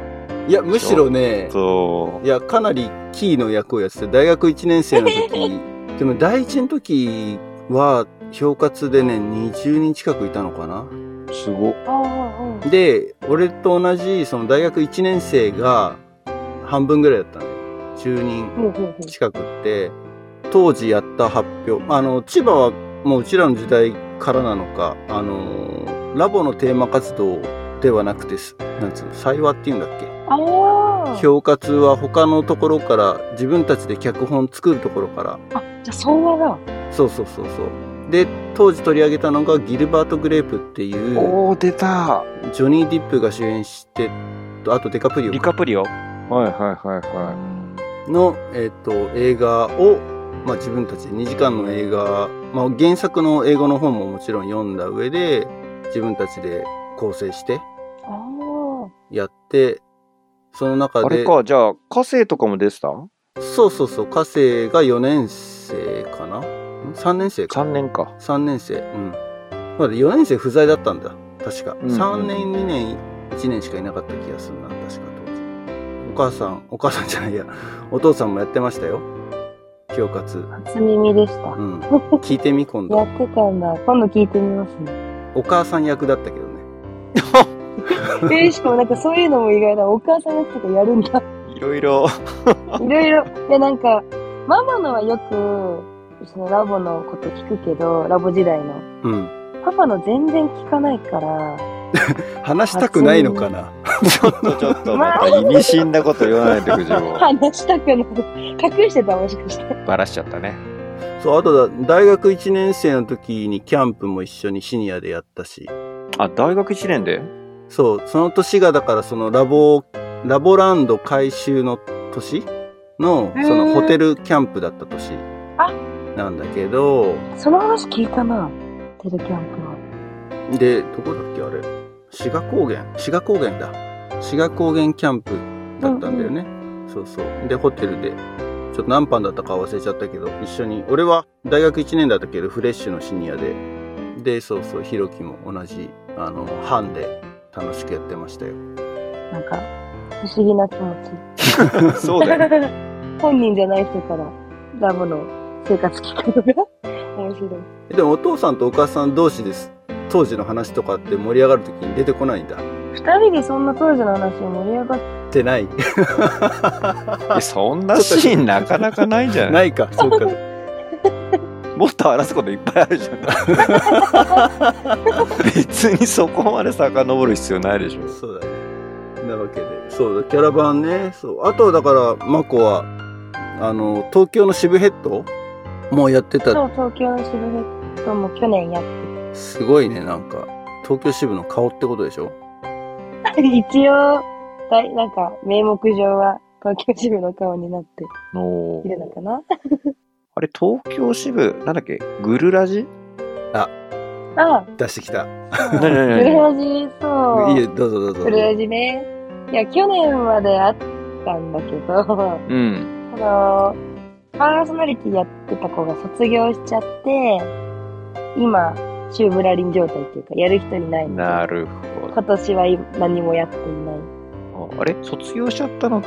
[SPEAKER 1] いや、むしろね、
[SPEAKER 2] そ
[SPEAKER 1] いや、かなりキーの役をやってて、大学1年生の時、でも第1の時は、評活でね、20人近くいたのかな
[SPEAKER 2] う。すご。
[SPEAKER 3] ああ、うん。
[SPEAKER 1] で、俺と同じ、その大学1年生が半分ぐらいだったのよ。10人
[SPEAKER 3] うんうんうん
[SPEAKER 1] 近くって、当時やった発表、あの、千葉はもううちらの時代からなのか、あの、ラボのテーマ活動ではなくて、すなんつうの、幸和っていうんだっけ
[SPEAKER 3] ああ。
[SPEAKER 1] 評価通は他のところから自分たちで脚本作るところから
[SPEAKER 3] あ、じゃあ、そうはだ。
[SPEAKER 1] そうそうそうそうで当時取り上げたのがギルバート・グレープっていう
[SPEAKER 2] おー、出た。
[SPEAKER 1] ジョニー・ディップが主演してとあとデカプリ
[SPEAKER 2] リカプリオはいはいはい
[SPEAKER 3] あ
[SPEAKER 2] は
[SPEAKER 1] オの、えっと映画を、まあ、自分たちで2時間の映画、まあ、原作の英語の本ももちろん読んだ上で自分たちで構成して
[SPEAKER 3] あー。
[SPEAKER 1] やってその中
[SPEAKER 2] い。あ
[SPEAKER 1] で
[SPEAKER 2] れか、じゃあ、火星とかも出てた
[SPEAKER 1] そうそうそう火星が4年生かな3年生か
[SPEAKER 2] ?3 年か。
[SPEAKER 1] 3年生うんまだ4年生不在だったんだ確か、
[SPEAKER 2] うんうん
[SPEAKER 1] 3年2年1年しかいなかった気がするな確か当時お母さんお母さんじゃないやお父さんもやってましたよ恐喝
[SPEAKER 3] 初耳でした。
[SPEAKER 1] うん聞いてみ今
[SPEAKER 3] や
[SPEAKER 1] 度
[SPEAKER 3] ってたんだ。今度聞いてみますね。
[SPEAKER 1] お母さん役だったけどね
[SPEAKER 3] えーしかもなんかそういうのも意外だ。お母さん役とかやるん [laughs] だ。
[SPEAKER 2] いろいろ。
[SPEAKER 3] いろいろ。いや、なんか、ママのはよく、そのラボのこと聞くけど、ラボ時代の。
[SPEAKER 1] うん
[SPEAKER 3] パパの全然聞かないから、
[SPEAKER 1] 話したくないのかな
[SPEAKER 2] ちょっとちょっと、また意味深なこと言わないで、藤坊。
[SPEAKER 3] 話したくない。隠してた、もしかして。
[SPEAKER 2] バラしちゃったね。
[SPEAKER 1] そうあとだ大学1年生の時にキャンプも一緒にシニアでやったし
[SPEAKER 2] あ、大学1年で
[SPEAKER 1] そう、その年がだからそのラボ、ラボランド改修の年の、
[SPEAKER 3] へー
[SPEAKER 1] そのホテルキャンプだった年
[SPEAKER 3] あ
[SPEAKER 1] なんだけど、
[SPEAKER 3] その話聞いたな、テレキャンプは。
[SPEAKER 1] で、どこだっけあれ志賀高原志賀高原だ。志賀高原キャンプだったんだよね。そうそう。で、ホテルで、ちょっと何班だったか忘れちゃったけど、一緒に、俺は大学1年だったけど、フレッシュのシニアで、で、そうそう、ひろきも同じ、あの、班で楽しくやってましたよ。
[SPEAKER 3] なんか、不思議な気持
[SPEAKER 2] [laughs]
[SPEAKER 3] ち。
[SPEAKER 2] そうだよ。 [laughs]
[SPEAKER 3] [laughs] 本人じゃない人から、ラボの生活聞くのが [laughs] 面白い。
[SPEAKER 1] でもお父さんとお母さん同士です当時の話とかって盛り上がる時に出てこないんだ
[SPEAKER 3] 二人でそんな当時の話を盛り上がって、
[SPEAKER 1] ってない
[SPEAKER 2] えそんなシーンなかなかないんじゃない
[SPEAKER 1] [laughs] ないかそうか
[SPEAKER 2] [laughs] もっと荒らすこといっぱいあるじ [laughs] ゃん別にそこまで遡る必要ないでしょ
[SPEAKER 1] そうだねなわけでそうだキャラバンねそうあとだからマコはあの東京の渋ヘッドもうやってた
[SPEAKER 3] そう、東京のシルベットも去年やっ
[SPEAKER 1] すごいねなんか東京支部の顔ってことでしょ
[SPEAKER 3] て、 [laughs] 一応、だいなんか、名目上は東京支部の顔になっているのかな [laughs]
[SPEAKER 2] あれ東京支部なんだっけグルラジ
[SPEAKER 1] あ
[SPEAKER 3] あ、
[SPEAKER 1] 出してきた。
[SPEAKER 2] なにな
[SPEAKER 3] フ
[SPEAKER 2] に
[SPEAKER 3] ル
[SPEAKER 2] な
[SPEAKER 3] ラジ、そう。
[SPEAKER 1] いいよ、どうぞどうぞ。
[SPEAKER 3] フルラジね。いや、去年まであったんだけど、そ
[SPEAKER 2] にうん。
[SPEAKER 3] の、パーソナリティやってた子が卒業しちゃって、今、シューブラリン状態っていうか、やる人いないので
[SPEAKER 2] なるほど。
[SPEAKER 3] 今年は今何もやっていない。
[SPEAKER 2] ああれ卒業しちゃったのっ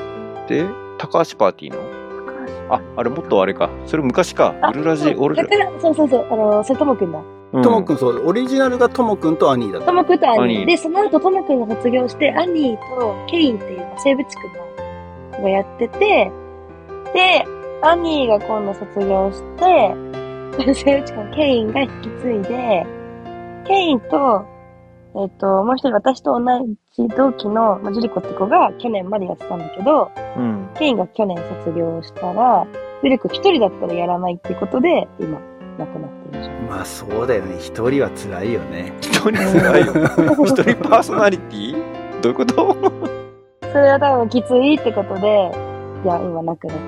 [SPEAKER 2] て、高橋パーティーのあ、あれもっとあれか。それ昔か。ウルラジ、
[SPEAKER 3] そう
[SPEAKER 2] 俺
[SPEAKER 3] だ
[SPEAKER 2] ら
[SPEAKER 3] か。ら、そうそうそう、あの、それともくんだ。
[SPEAKER 1] とも
[SPEAKER 2] う
[SPEAKER 1] くん、そう、オリジナルがともくんとアニーだっ
[SPEAKER 3] と
[SPEAKER 1] た。
[SPEAKER 3] もくんとアニ
[SPEAKER 2] アニー
[SPEAKER 3] ー。で、その後ともくんが卒業して、アニーとケインっていう西部地区の子がやってて、で、アニーが今度卒業して、西部地区のケインが引き継いで、ケインと、えっ、と、もう一人私と同じ同期の、まあ、ジュリコって子が去年までやってたんだけど、
[SPEAKER 2] うん。
[SPEAKER 3] ケインが去年卒業したら、ジュリコ一人だったらやらないっていうことで、今、亡くなってる状態
[SPEAKER 1] まあそうだよね。一人は辛いよね。
[SPEAKER 2] 一人辛いよ。一人パーソナリティどういうこと
[SPEAKER 3] それは多分きついってことで、いや、今なくなって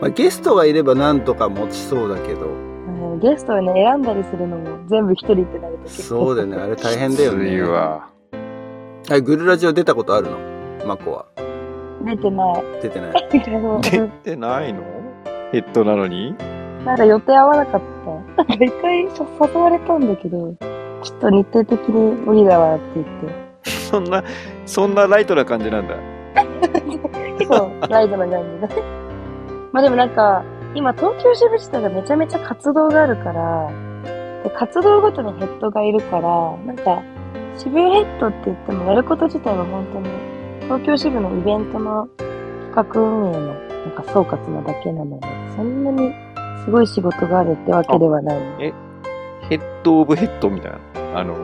[SPEAKER 1] まあ、ゲストがいればなんとか持ちそうだけど、
[SPEAKER 3] る。ゲストをね、選んだりするのも全部一人ってなると結構
[SPEAKER 1] そうだよね。
[SPEAKER 3] [laughs]
[SPEAKER 1] あれ大変だよ
[SPEAKER 2] きつい
[SPEAKER 1] ね。
[SPEAKER 2] わ。
[SPEAKER 1] はい、グルラジオ出たことあるのマコは。
[SPEAKER 3] 出てない。
[SPEAKER 1] 出てない。
[SPEAKER 2] 出てないのヘッドなのに
[SPEAKER 3] [laughs] なんか予定合わなかった。なんか一回誘われたんだけど、ちょっと日程的に無理だわって言っ
[SPEAKER 2] そんな、そんなライトな感じなんだ。
[SPEAKER 3] て、結構ライドな感じだ。 [laughs] まあでもなんか、今東京支部自体がめちゃめちゃ活動があるから、で活動ごとにヘッドがいるから、なんか、支部ヘッドって言ってもやること自体は本当に、東京支部のイベントの企画運営のなんか総括なだけなので、そんなにすごい仕事があるってわけではない。
[SPEAKER 2] ヘッドオブヘッドみたいな。あの、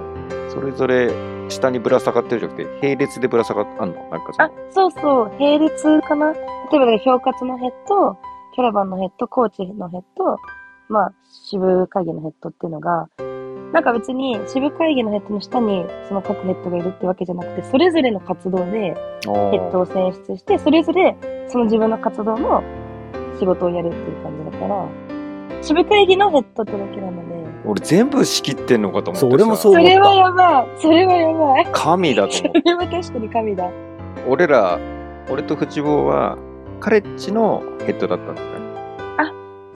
[SPEAKER 2] それぞれ下にぶら下がってるじゃなくて、並列でぶら下がってあんのなんかそ
[SPEAKER 3] あ
[SPEAKER 2] の、、
[SPEAKER 3] そうそう、並列かな例えば、評価のヘッド、キャラバンのヘッド、コーチのヘッド、まあ、支部会議のヘッドっていうのが、なんか別に支部会議のヘッドの下にその各ヘッドがいるってわけじゃなくて、それぞれの活動でヘッドを選出して、それぞれその自分の活動の仕事をやるっていう感じだから、支部会議のヘッドってだけなので、
[SPEAKER 2] 俺全部仕切ってんのかと思って
[SPEAKER 1] そう俺もそう思
[SPEAKER 3] そ
[SPEAKER 1] った
[SPEAKER 3] れはやばいそれはやばい [laughs]
[SPEAKER 2] 神だと
[SPEAKER 3] そ
[SPEAKER 2] 思う。
[SPEAKER 3] れは確かに神だ。
[SPEAKER 2] 俺ら、俺と藤坊は、カレッジのヘッドだったんだよね。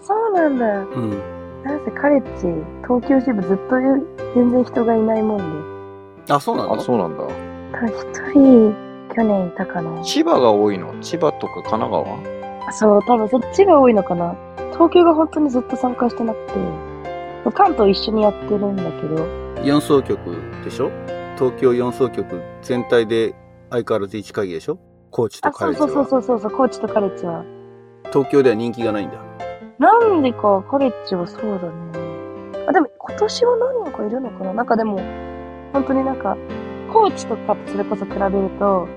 [SPEAKER 3] そうなん
[SPEAKER 1] う
[SPEAKER 3] だ。
[SPEAKER 1] ん。
[SPEAKER 3] なんせカレッジ、東京支部ずっと全然人がいないもん
[SPEAKER 1] あ、そうなの
[SPEAKER 2] あ、そうなんだ。
[SPEAKER 3] で。ただ一人、去年いたかな。
[SPEAKER 2] 千葉が多いの千葉とか神奈川
[SPEAKER 3] そう、多分そっちが多いのかな。東京が本当にずっと参加してなくて、関東一緒にやってるんだけど、
[SPEAKER 1] 4総局でしょ東京4総局全体で相変わらず1会議でしょ高知と
[SPEAKER 3] あ、
[SPEAKER 1] カ
[SPEAKER 3] そ
[SPEAKER 1] レッ
[SPEAKER 3] う
[SPEAKER 1] ジは
[SPEAKER 3] そうそうそうそうそう、高知とカレッジは。
[SPEAKER 1] 東京では人気がないんだ
[SPEAKER 3] なんでか、カレッジはそうだね。あ、でも今年は何人かいるのかななんかでも、本当になんか、高知とかとそれこそ比べると、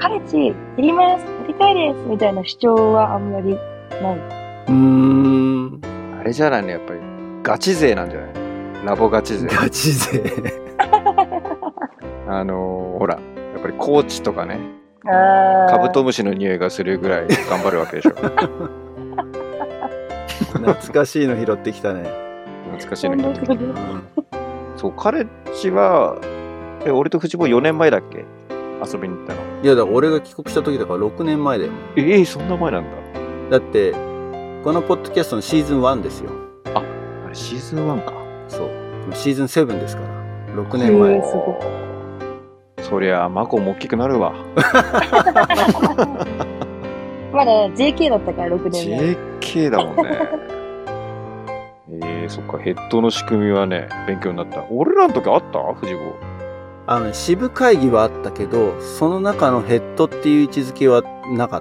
[SPEAKER 3] カレッジ、やります、やりたいです、みたいな主張はあんまりない。
[SPEAKER 1] うーん
[SPEAKER 2] あれじゃないのやっぱり、ガチ勢なんじゃないラボガチ勢。
[SPEAKER 1] ガチ勢
[SPEAKER 2] あのーほら、やっぱりコーチとかね、
[SPEAKER 3] あー
[SPEAKER 2] カブトムシの匂いがするぐらい頑張るわけでしょ。
[SPEAKER 1] [laughs] 懐かしいの拾ってきたね、
[SPEAKER 2] 懐かしいの
[SPEAKER 3] な
[SPEAKER 2] に。
[SPEAKER 3] るほど
[SPEAKER 1] うん
[SPEAKER 2] そう、カレッジは、え、俺と藤坊4年前だっけ遊びに行ったの。
[SPEAKER 1] いやだから俺が帰国した時だから6年前だよ
[SPEAKER 2] ええそんな前なん
[SPEAKER 1] だ
[SPEAKER 2] だ。
[SPEAKER 1] ってこのポッドキャストのシーズン1ですよ
[SPEAKER 2] あれ、シーズン1か。
[SPEAKER 1] そうシーズン7ですから6年
[SPEAKER 3] へ
[SPEAKER 1] 前
[SPEAKER 3] ーすご
[SPEAKER 2] そりゃあ、マコも大きくなるわ。
[SPEAKER 3] まだ JK だったから6年前。
[SPEAKER 2] JK だもんね。えー、そっか、ヘッドの仕組みはね、勉強になった。俺らの時あった藤坊。
[SPEAKER 1] あのね支部会議はあったけどその中のヘッドっていう位置づけはなかっ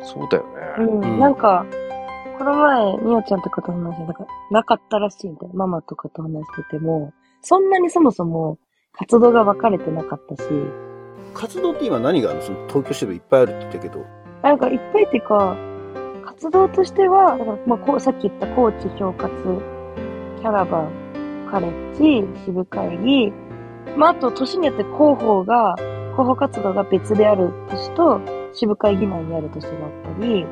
[SPEAKER 1] た
[SPEAKER 2] そうだよ
[SPEAKER 3] う
[SPEAKER 2] ね。
[SPEAKER 3] ん、
[SPEAKER 1] うん
[SPEAKER 3] なんか、この前、みおちゃんとかと話して、なんか、なかったらしいみたいな。ママとかと話してても、そんなにそもそも活動が分かれてなかったし、
[SPEAKER 1] 活動って今何があるのその東京支部いっぱいあるって言ったけど
[SPEAKER 3] なんかいっぱいっていうか、活動としては、だからまあ、こうさっき言ったコーチ、評価、キャラバン、カレッジ、支部会議、まあ、あと年によって広報が、広報活動が別である年と、支部会議内にある年があったり、
[SPEAKER 1] う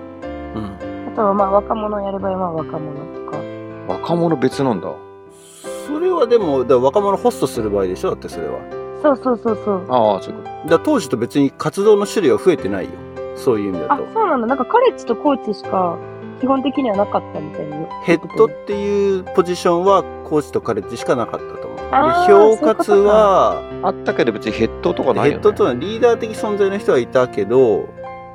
[SPEAKER 1] ん
[SPEAKER 3] あとはまあ若者をやる場合はまあ若者とか。
[SPEAKER 2] 若者別なんだ。
[SPEAKER 1] それはでも、だから若者ホストする場合でしょだってそれは。
[SPEAKER 3] そうそうそうそう。
[SPEAKER 2] ああ、そういうこ
[SPEAKER 1] だから当時と別に活動の種類は増えてないよ。そういう意味だ
[SPEAKER 3] あ
[SPEAKER 1] と。、
[SPEAKER 3] そうなんだ。なんかカレッジとコーチしか基本的にはなかったみたいな。
[SPEAKER 1] ヘッドっていうポジションはコーチとカレッジしかなかったと思う。で
[SPEAKER 3] あー
[SPEAKER 1] 評価は
[SPEAKER 2] と。あったけど別にヘッドとかないよ、ね。
[SPEAKER 1] ヘッドとはリーダー的存在の人はいたけど、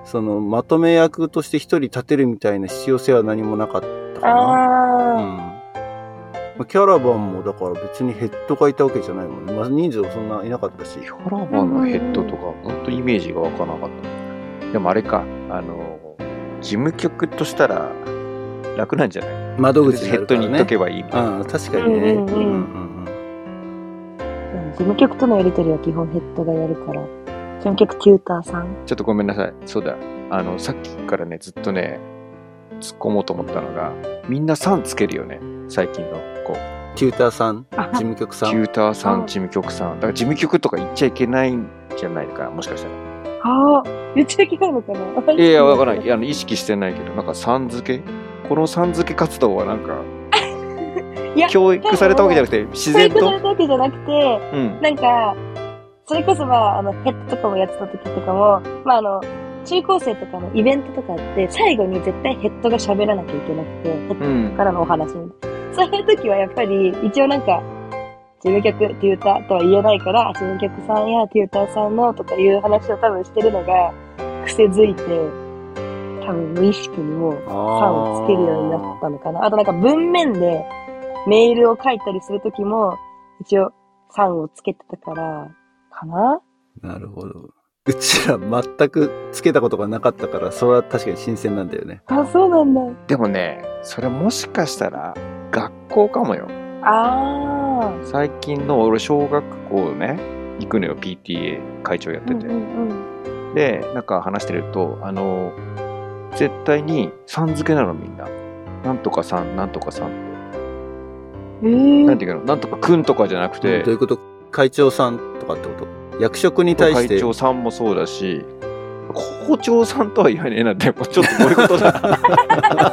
[SPEAKER 1] そのまとめ役として一人立てるみたいな必要性は何もなかったかな。うん
[SPEAKER 3] ああ、
[SPEAKER 1] まあキャラバンもだから別にヘッドがいたわけじゃないもんね。まあ、人数もそんないなかったし。
[SPEAKER 2] キャラバンのヘッドとか、本当イメージがわからなかった。でもあれか、あの、事務局としたら楽なんじゃない
[SPEAKER 1] 窓口
[SPEAKER 2] ヘッドに行っとけ
[SPEAKER 1] ば。
[SPEAKER 2] ばいいみたいな。
[SPEAKER 1] うん、確かにね。
[SPEAKER 3] うんうんうん
[SPEAKER 1] うんうん
[SPEAKER 3] うん事務局とのやりとりは基本ヘッドがやるから。事務局テューターさん。
[SPEAKER 2] ちょっとごめんなさい。そうだ。あの、さっきからね、ずっとね、突っ込もうと思ったのが、みんなさんつけるよね。最近の子。
[SPEAKER 1] テューターさん、
[SPEAKER 3] あ
[SPEAKER 1] 事務局さ
[SPEAKER 2] テ
[SPEAKER 1] ん
[SPEAKER 2] ュ。ーターさ
[SPEAKER 3] うん
[SPEAKER 2] ん、事務局さん。だから事務局とか言っちゃいけないんじゃないかな、もしかしたら。
[SPEAKER 3] ああ、言っちゃいけないのかな。
[SPEAKER 2] いやいや、わからない。いやあの意識してないけど、なんかさん付けこのさん付け活動はなんか
[SPEAKER 3] [laughs] いや、
[SPEAKER 2] 教育されたわけじゃなくて、自
[SPEAKER 3] 教
[SPEAKER 2] 然
[SPEAKER 3] 育さ
[SPEAKER 2] と
[SPEAKER 3] れ。たわけじゃなくて、
[SPEAKER 2] うん。
[SPEAKER 3] なんか、それこそまあ、あの、ヘッドとかもやってた時とかも、まああの、中高生とかのイベントとかあって、最後に絶対ヘッドが喋らなきゃいけなくて、ヘッ
[SPEAKER 2] う
[SPEAKER 3] ド
[SPEAKER 2] ん。
[SPEAKER 3] からのお話みたいな。そういう時はやっぱり、一応なんか、事務局、テューターとは言えないから、事務局さんやテューターさんのとかいう話を多分してるのが、癖づいて、多分無意識にもう、
[SPEAKER 1] さ
[SPEAKER 3] さをつけるようになったのかな。あとなんか文面でメールを書いたりするときも、一応、さんをつけてたから、かな
[SPEAKER 1] なるほど。うちら全くつけたことがなかったから、それは確かに新鮮なんだよね。
[SPEAKER 3] あ、そうなんだ。
[SPEAKER 2] でもね、それもしかしたら、学校かもよ。
[SPEAKER 3] あ
[SPEAKER 2] 最近の、俺、小学校ね、行くのよ、PTA 会長やっ
[SPEAKER 3] ー。う
[SPEAKER 2] て
[SPEAKER 3] ん
[SPEAKER 2] て
[SPEAKER 3] う。ん
[SPEAKER 2] で、なんか話してると、あの、絶対にさん付けなのみんな。なんとかさん、なんとかさんって。
[SPEAKER 3] うん。え
[SPEAKER 2] な
[SPEAKER 3] ー
[SPEAKER 2] んていうのなんとかくんとかじゃなくて
[SPEAKER 1] どうい、うこと会長さんとかってこと役職に対して
[SPEAKER 2] 会。長さんもそうだし、校長さんとは言わねえな、でもちょっとこういうことだ。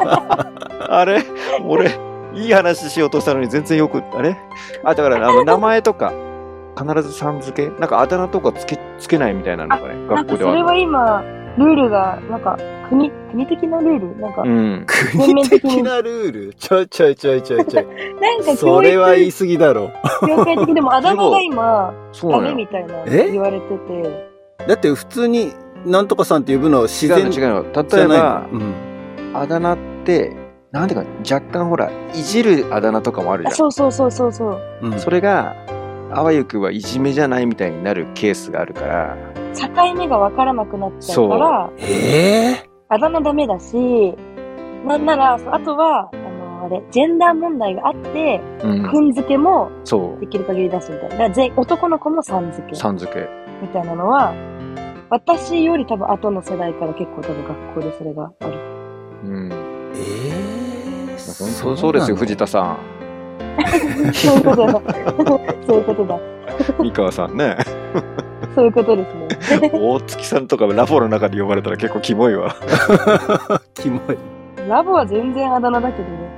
[SPEAKER 2] あれ俺、いい話しようとしたのに全然よく、あれあ、だから、あの、名前とか、必ずさん付けなんかあだ名とかつけ、つけないみたいなのがね、
[SPEAKER 3] なん
[SPEAKER 2] 学
[SPEAKER 3] か
[SPEAKER 2] 校で
[SPEAKER 3] それ
[SPEAKER 2] は。
[SPEAKER 3] は今、ルールが、なんか、国、国的なルールなんか、
[SPEAKER 2] うん。
[SPEAKER 1] 国的なルールちょいちょいちょいちょいちょい。
[SPEAKER 3] なんか
[SPEAKER 1] そ
[SPEAKER 3] [laughs] 教
[SPEAKER 1] れは言
[SPEAKER 3] 育
[SPEAKER 1] い過ぎだろ。
[SPEAKER 3] 業界 [laughs] 的でも、あだ名が今、
[SPEAKER 2] そう
[SPEAKER 3] ダ
[SPEAKER 2] な
[SPEAKER 3] メ
[SPEAKER 2] のよ。
[SPEAKER 3] みたいな
[SPEAKER 1] え
[SPEAKER 3] 言われてて、
[SPEAKER 1] だって普通になんとかさんって呼ぶのは自
[SPEAKER 2] 違う
[SPEAKER 1] 然
[SPEAKER 2] の違
[SPEAKER 1] じゃ
[SPEAKER 2] うの。
[SPEAKER 1] な
[SPEAKER 2] 例
[SPEAKER 1] い
[SPEAKER 2] え
[SPEAKER 1] の
[SPEAKER 2] ば、
[SPEAKER 1] うん
[SPEAKER 2] あだ名って、なんていうか、若干ほら、いじるあだ名とかもある
[SPEAKER 3] あ
[SPEAKER 2] じゃ。
[SPEAKER 3] そうそうそうそうそう。
[SPEAKER 1] うんん
[SPEAKER 2] それが、あわゆくはいじめじゃないみたいになるケースがあるから、
[SPEAKER 3] 境目がわからなくなっちゃうから、
[SPEAKER 1] え
[SPEAKER 3] あだ名ダメだし、なんなら、そうあとは、あの、あれ、ジェンダー問題があって、
[SPEAKER 2] うん
[SPEAKER 3] くんづけも
[SPEAKER 2] そ
[SPEAKER 3] できる限り出すみたいな。だから全男の子もさん付
[SPEAKER 2] う、
[SPEAKER 3] け
[SPEAKER 2] さん付け。
[SPEAKER 3] みたいなのは、私より多分後の世代から結構多分学校でそれがある。
[SPEAKER 2] うん。
[SPEAKER 1] ええ
[SPEAKER 2] そうそうですよ、藤田さ
[SPEAKER 3] そういうことだ。そういうことだ。
[SPEAKER 2] ん。三河さん
[SPEAKER 3] [laughs]
[SPEAKER 2] ね。
[SPEAKER 3] そういうことですね。 [laughs]
[SPEAKER 2] 大月さんとかラフォの中に呼ばれたら結構キモいわ。
[SPEAKER 1] 田キモい。
[SPEAKER 3] ラボは全然あだ名だけどね。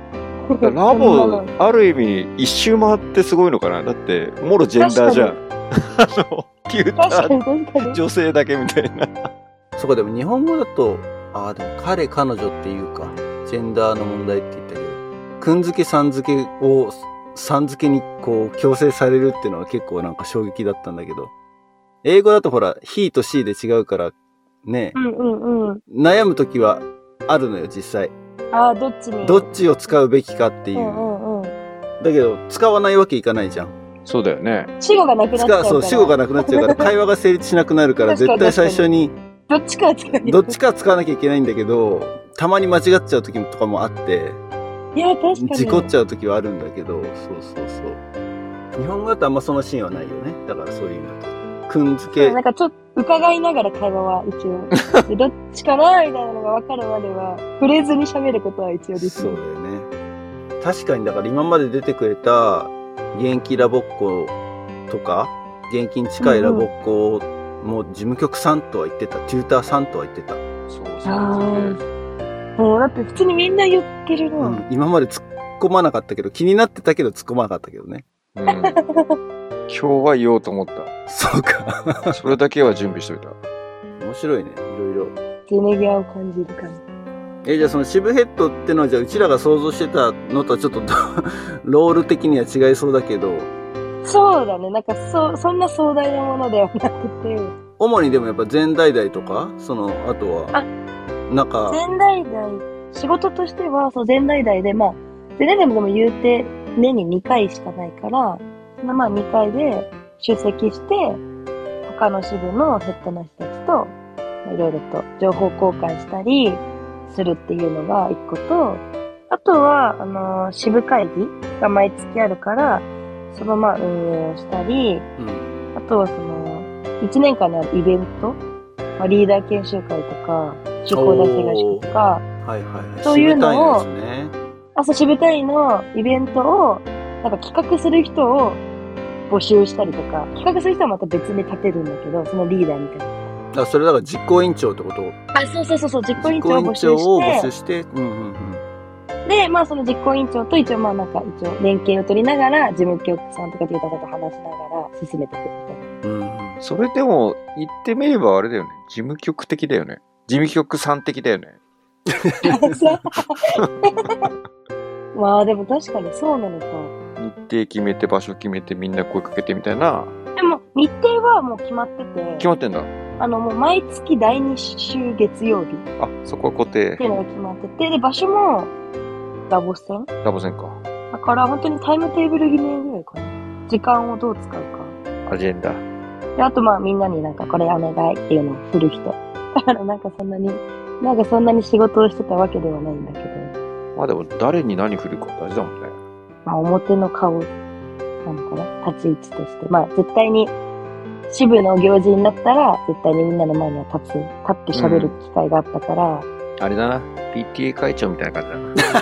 [SPEAKER 2] ラ
[SPEAKER 3] [laughs] そんな
[SPEAKER 2] ボ
[SPEAKER 3] の、
[SPEAKER 2] ある意味、一周回ってすごいのかな。だって、もろジェンダーじゃん。 [laughs] あの、キュータ
[SPEAKER 3] 確か
[SPEAKER 2] ー
[SPEAKER 3] に確かに。
[SPEAKER 2] 女性だけみたいな。
[SPEAKER 1] そこでも日本語だと、ああ、でも彼、彼女っていうか、ジェンダーの問題って言ったけど、くんづけさんづけを、さんづけにこう強制されるっていうのは結構なんか衝撃だったんだけど、英語だとほら、he と she で違うから、ね
[SPEAKER 3] う、んうんうん。
[SPEAKER 1] 悩むときはあるのよ、実際。
[SPEAKER 3] ああ、どっちに。
[SPEAKER 1] どっちを使うべきかっていうう。
[SPEAKER 3] んうんうん。
[SPEAKER 1] だけど、使わないわけいかないじゃん。
[SPEAKER 2] そうだよね。
[SPEAKER 3] 死語がなくなっち
[SPEAKER 1] 使
[SPEAKER 3] ゃうから。
[SPEAKER 1] う、そう、主語がなくなっちゃうか
[SPEAKER 3] [laughs]
[SPEAKER 1] ら、会話が成立しなくなるから、
[SPEAKER 3] 確か
[SPEAKER 1] 絶
[SPEAKER 3] に
[SPEAKER 1] 対最初に、
[SPEAKER 3] どっちかは使う。
[SPEAKER 1] どっちかは使わなきゃいけないんだけど、たまに間違っちゃう時とかもあって、
[SPEAKER 3] いや、確かに。
[SPEAKER 1] 事故っちゃう時はあるんだけどそうそうそう日本語だとあんまそのシーンはないよねだからそういう意味だとくんづけ
[SPEAKER 3] なんかちょっと伺いながら会話は一応。 [laughs] でどっちかなみたいなのが分かるまでは、触れずに喋ることは一応でき
[SPEAKER 1] そ
[SPEAKER 3] る
[SPEAKER 1] う。だよね確かにだから今まで出てくれた元気ラボっ子とか元気に近いラボっ子も事務局さんとは言ってたチューターさんとは言ってた、
[SPEAKER 2] そうそう
[SPEAKER 3] あ
[SPEAKER 2] そう。
[SPEAKER 3] ーもうだって普通にみんな言ってるの。
[SPEAKER 1] うん今まで突っ込まなかったけど気になってたけど突っ込まなかったけどね
[SPEAKER 2] うん。今日は言おうと思っ
[SPEAKER 1] そうか。
[SPEAKER 2] た。それだけは準備しといた。
[SPEAKER 1] 面白いね。いろいろ。
[SPEAKER 3] ジェネギアを感じる感じ。
[SPEAKER 1] え、じゃあそのシブヘッドってのは、じゃあうちらが想像してたのとはちょっと [laughs] ロール的には違いそうだけど、
[SPEAKER 3] そうだね。なんか、そう、そんな壮大なものではなくて、
[SPEAKER 1] 主にでもやっぱ前代々とか、その、あとは、なんか、
[SPEAKER 3] 前代々、仕事としては、そう、前代々で、まあ、前代々もでも言うて、年に2回しかないから、そのまあ2回で出席して、他の支部のヘッドの人たちと、まあいろいろと情報交換したりするっていうのが一個と、あとは、あのー支部会議が毎月あるから、そのまあ運営をしたり、
[SPEAKER 1] うん、
[SPEAKER 3] あとはその、1年間にあるイベント、まあ、リーダー研修会とか、受講大生合宿とか、
[SPEAKER 1] はいはいはい。
[SPEAKER 3] そういうのを
[SPEAKER 1] 渋滞なんですね。
[SPEAKER 3] 朝支部隊のイベントを、なんか企画する人を募集したりとか、企画する人はまた別に立てるんだけど、そのリーダーみたいな。
[SPEAKER 1] だからそれだから実行委員長ってこと
[SPEAKER 3] あ、そうそうそうそう、実行委員
[SPEAKER 1] 実
[SPEAKER 3] 長
[SPEAKER 1] 行
[SPEAKER 3] を
[SPEAKER 1] 委
[SPEAKER 3] 募
[SPEAKER 1] 員
[SPEAKER 3] 集
[SPEAKER 1] 長を募
[SPEAKER 3] し
[SPEAKER 1] 集
[SPEAKER 3] て、
[SPEAKER 1] して、うんうんうん。
[SPEAKER 3] で、まあその実行委員長と一応まあなんか一応連携を取りながら、事務局さんとかデータとかと話しながら進めていくみたいな。
[SPEAKER 1] うんうん、
[SPEAKER 2] それでも、言ってみればあれだよね。事務局的だよね。事務局さん的だよね。
[SPEAKER 3] [laughs] まあでも確かにそうなのか。
[SPEAKER 2] 日程決めて、場所決めて、みんな声かけてみたいな。
[SPEAKER 3] でも日程はもう決まってて、
[SPEAKER 2] 決まってんだ。
[SPEAKER 3] あのもう毎月第2週月曜日っ
[SPEAKER 2] あ、そこは固定
[SPEAKER 3] てい。うのが決まってて、で、場所もラボ戦
[SPEAKER 2] ラボ戦か。
[SPEAKER 3] だから本当にタイムテーブル決めぐらいかな。時間をどう使うか。
[SPEAKER 2] アジェンダ。
[SPEAKER 3] で、あとまあみんなになんかこれお願いっていうのを振る人。だからなんかそんなに、なんかそんなに仕事をしてたわけではないんだけど、
[SPEAKER 2] まあでも、誰に何振るか大事だもんね。
[SPEAKER 3] まあ表の顔、なのかな、立ち位置として。まあ絶対に、支部の行事になったら、絶対にみんなの前には立つ、立って喋る機会があったから、
[SPEAKER 2] あれだな。PTA 会長みたいな感じだ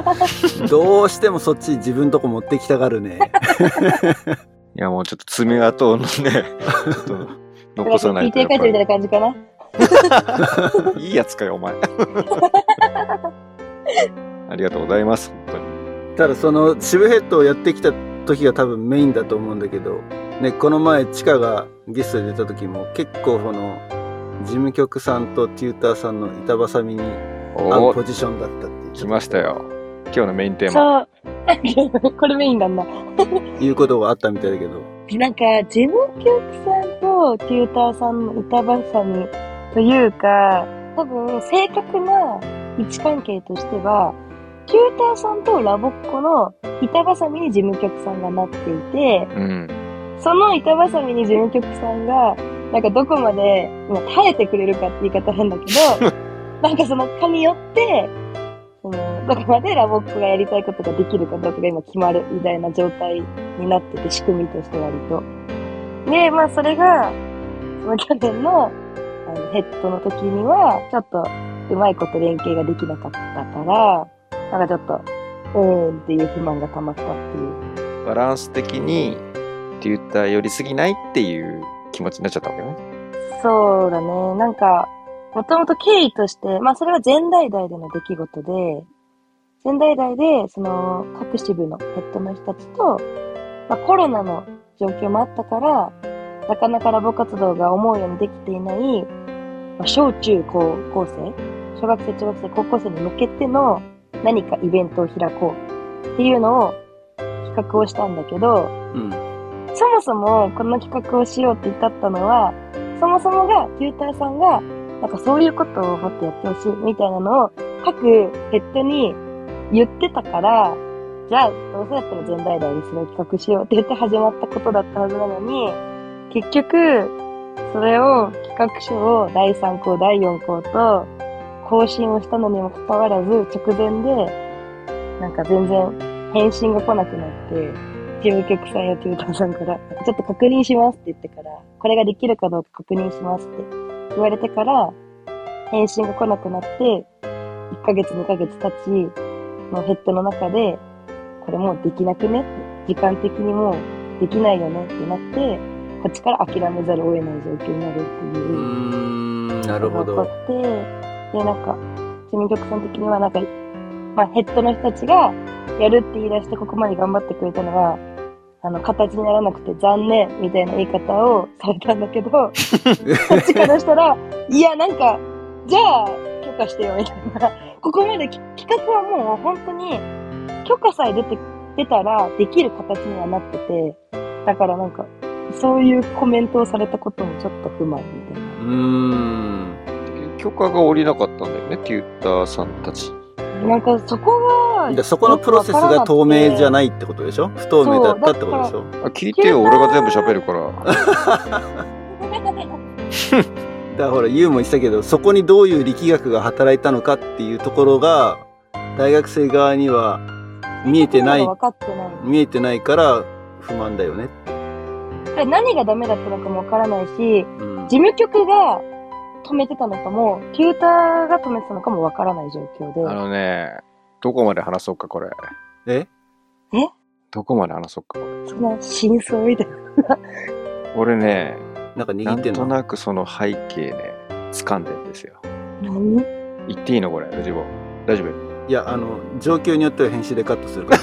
[SPEAKER 2] な。
[SPEAKER 1] どうしてもそっち自分とこ持ってきたがるね。
[SPEAKER 2] いや、もうちょっと爪痕のね、 [laughs] ちょっと残さないと。
[SPEAKER 3] PTA 会長みたいな感じかな。
[SPEAKER 2] [laughs] いいやつかよ、お前。ありがとうございます、本当に。
[SPEAKER 1] ただその渋ヘッドをやってきた時が多分メインだと思うんだけど、ね、この前チカがゲストで出た時も結構この事務局さんとテューターさんの板挟みに合
[SPEAKER 2] お
[SPEAKER 1] う
[SPEAKER 2] お、
[SPEAKER 1] ポジションだったって
[SPEAKER 2] 来ましたよ。今日のメインテーマ。
[SPEAKER 3] そう。 [laughs] これメインなんだ。
[SPEAKER 1] いうことがあったみたいだけど
[SPEAKER 3] なんか、事務局さんとテューターさんの板挟みというか、多分、正確な位置関係としては、テューターさんとラボっ子の板挟みに事務局さんがなっていて、
[SPEAKER 2] うん。
[SPEAKER 3] その板挟みに事務局さんが、なんかどこまで、まあ耐えてくれるかって言い方変だけど、なんかそのかによって、そのどこまでラボックがやりたいことができるかどうかが今決まるみたいな状態になってて、仕組みとして割と。で、まあそれが、その去年のあのヘッドの時には、ちょっとうまいこと連携ができなかったから、なんかちょっと、うーんっていう不満が溜まったっていう。
[SPEAKER 2] バランス的に、って言った寄りすぎないっていう気持ちになっちゃったわけね。
[SPEAKER 3] そうだね。なんか、もともと経緯として、まあそれは前代々での出来事で、前代々で、その、各支部のヘッドの人たちと、まあコロナの状況もあったから、なかなかラボ活動が思うようにできていない、まあ小中高校生、小学生、中学生、高校生に向けての何かイベントを開こうっていうのを企画をしたんだけど、
[SPEAKER 1] うん
[SPEAKER 3] そもそもこの企画をしようって至ったのは、そもそもが、テューターさんが、なんかそういうことをもっとやってほしいみたいなのを各ヘッドに言ってたから、じゃあどうせだったら前代々にそれを企画しようって言って始まったことだったはずなのに、結局、それを企画書を第3項、第4項と更新をしたのにもかかわらず直前で、なんか全然返信が来なくなって、事務局さんやテューターさんから、ちょっと確認しますって言ってから、これができるかどうか確認しますって言われてから、返信が来なくなって、1ヶ月2ヶ月経ち、もうヘッドの中で、これもうできなくねって、時間的にもうできないよねってなって、こっちから諦めざるを得ない状況になるっていう
[SPEAKER 1] うー。んなるほ
[SPEAKER 3] が起
[SPEAKER 1] ど
[SPEAKER 3] こって、で、なんか、事務局さん的には、なんか、まあ、ヘッドの人たちがやるって言い出してここまで頑張ってくれたのは、あの、形にならなくて残念みたいな言い方をされたんだけど、こっちからしたら、いや、なんか、じゃあ、許可してよみたいな。ここまでき企画はもう本当に、許可さえ出て、出たらできる形にはなってて、だからなんか、そういうコメントをされたこともちょっと不満みたいな。
[SPEAKER 1] うーん。
[SPEAKER 2] 許可が下りなかったんだよね、テューターさんたち。
[SPEAKER 3] なんかそこが、
[SPEAKER 1] じゃあそこのプロセスが透明じゃないってことでしょ不透明だったってことでしょ
[SPEAKER 2] あ、聞いてよ、俺が全部喋るから。
[SPEAKER 1] だからほら、ユウも言ってたけど、そこにどういう力学が働いたのかっていうところが、大学生側には見えてない、
[SPEAKER 3] 分かってない。
[SPEAKER 1] 見えてないから不満だよね。
[SPEAKER 3] だから何がダメだったのかもわからないし、
[SPEAKER 1] うん。
[SPEAKER 3] 事務局が止めてたのかも、テューターが止めてたのかもわからない状況
[SPEAKER 2] あ
[SPEAKER 3] で。
[SPEAKER 2] のね、どこまで話そうか、これ。
[SPEAKER 1] え
[SPEAKER 2] どこまで話そうか、これ。
[SPEAKER 3] そんな真相みたいな。
[SPEAKER 2] 俺ね、
[SPEAKER 1] なんか
[SPEAKER 2] な
[SPEAKER 1] 握っ
[SPEAKER 2] ん
[SPEAKER 1] てん
[SPEAKER 2] と
[SPEAKER 1] の
[SPEAKER 2] なくその背景ね、掴んでんですよ。
[SPEAKER 3] 何
[SPEAKER 2] 言っていいのこれ、藤本。大丈夫
[SPEAKER 1] いや、あの、状況によっては編集でカットする
[SPEAKER 2] [laughs]
[SPEAKER 1] か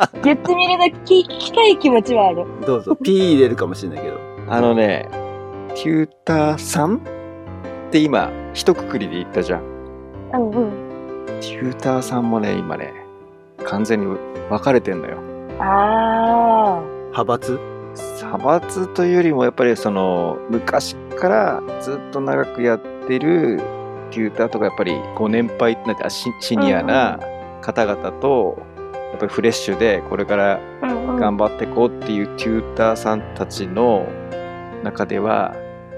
[SPEAKER 1] ら。
[SPEAKER 3] 言ってみるだけ聞聞きたい気持ちはある。
[SPEAKER 1] どうぞ。ピー入れるかもしれないけど。
[SPEAKER 2] あのね、テューターさんって今、一括りで言ったじゃん。
[SPEAKER 3] うんうん。
[SPEAKER 2] テューターさんもね、今ね、完全に分かれてんのよ。
[SPEAKER 3] あ
[SPEAKER 1] 派閥
[SPEAKER 2] 派閥というよりも、やっぱりその、昔からずっと長くやってるテューターとか、やっぱりご年配ってなって、あシシニアな方々と、やっぱりフレッシュで、これから
[SPEAKER 3] あ。うんうん。
[SPEAKER 2] 頑張っていこうっていうテューターさんたちの中では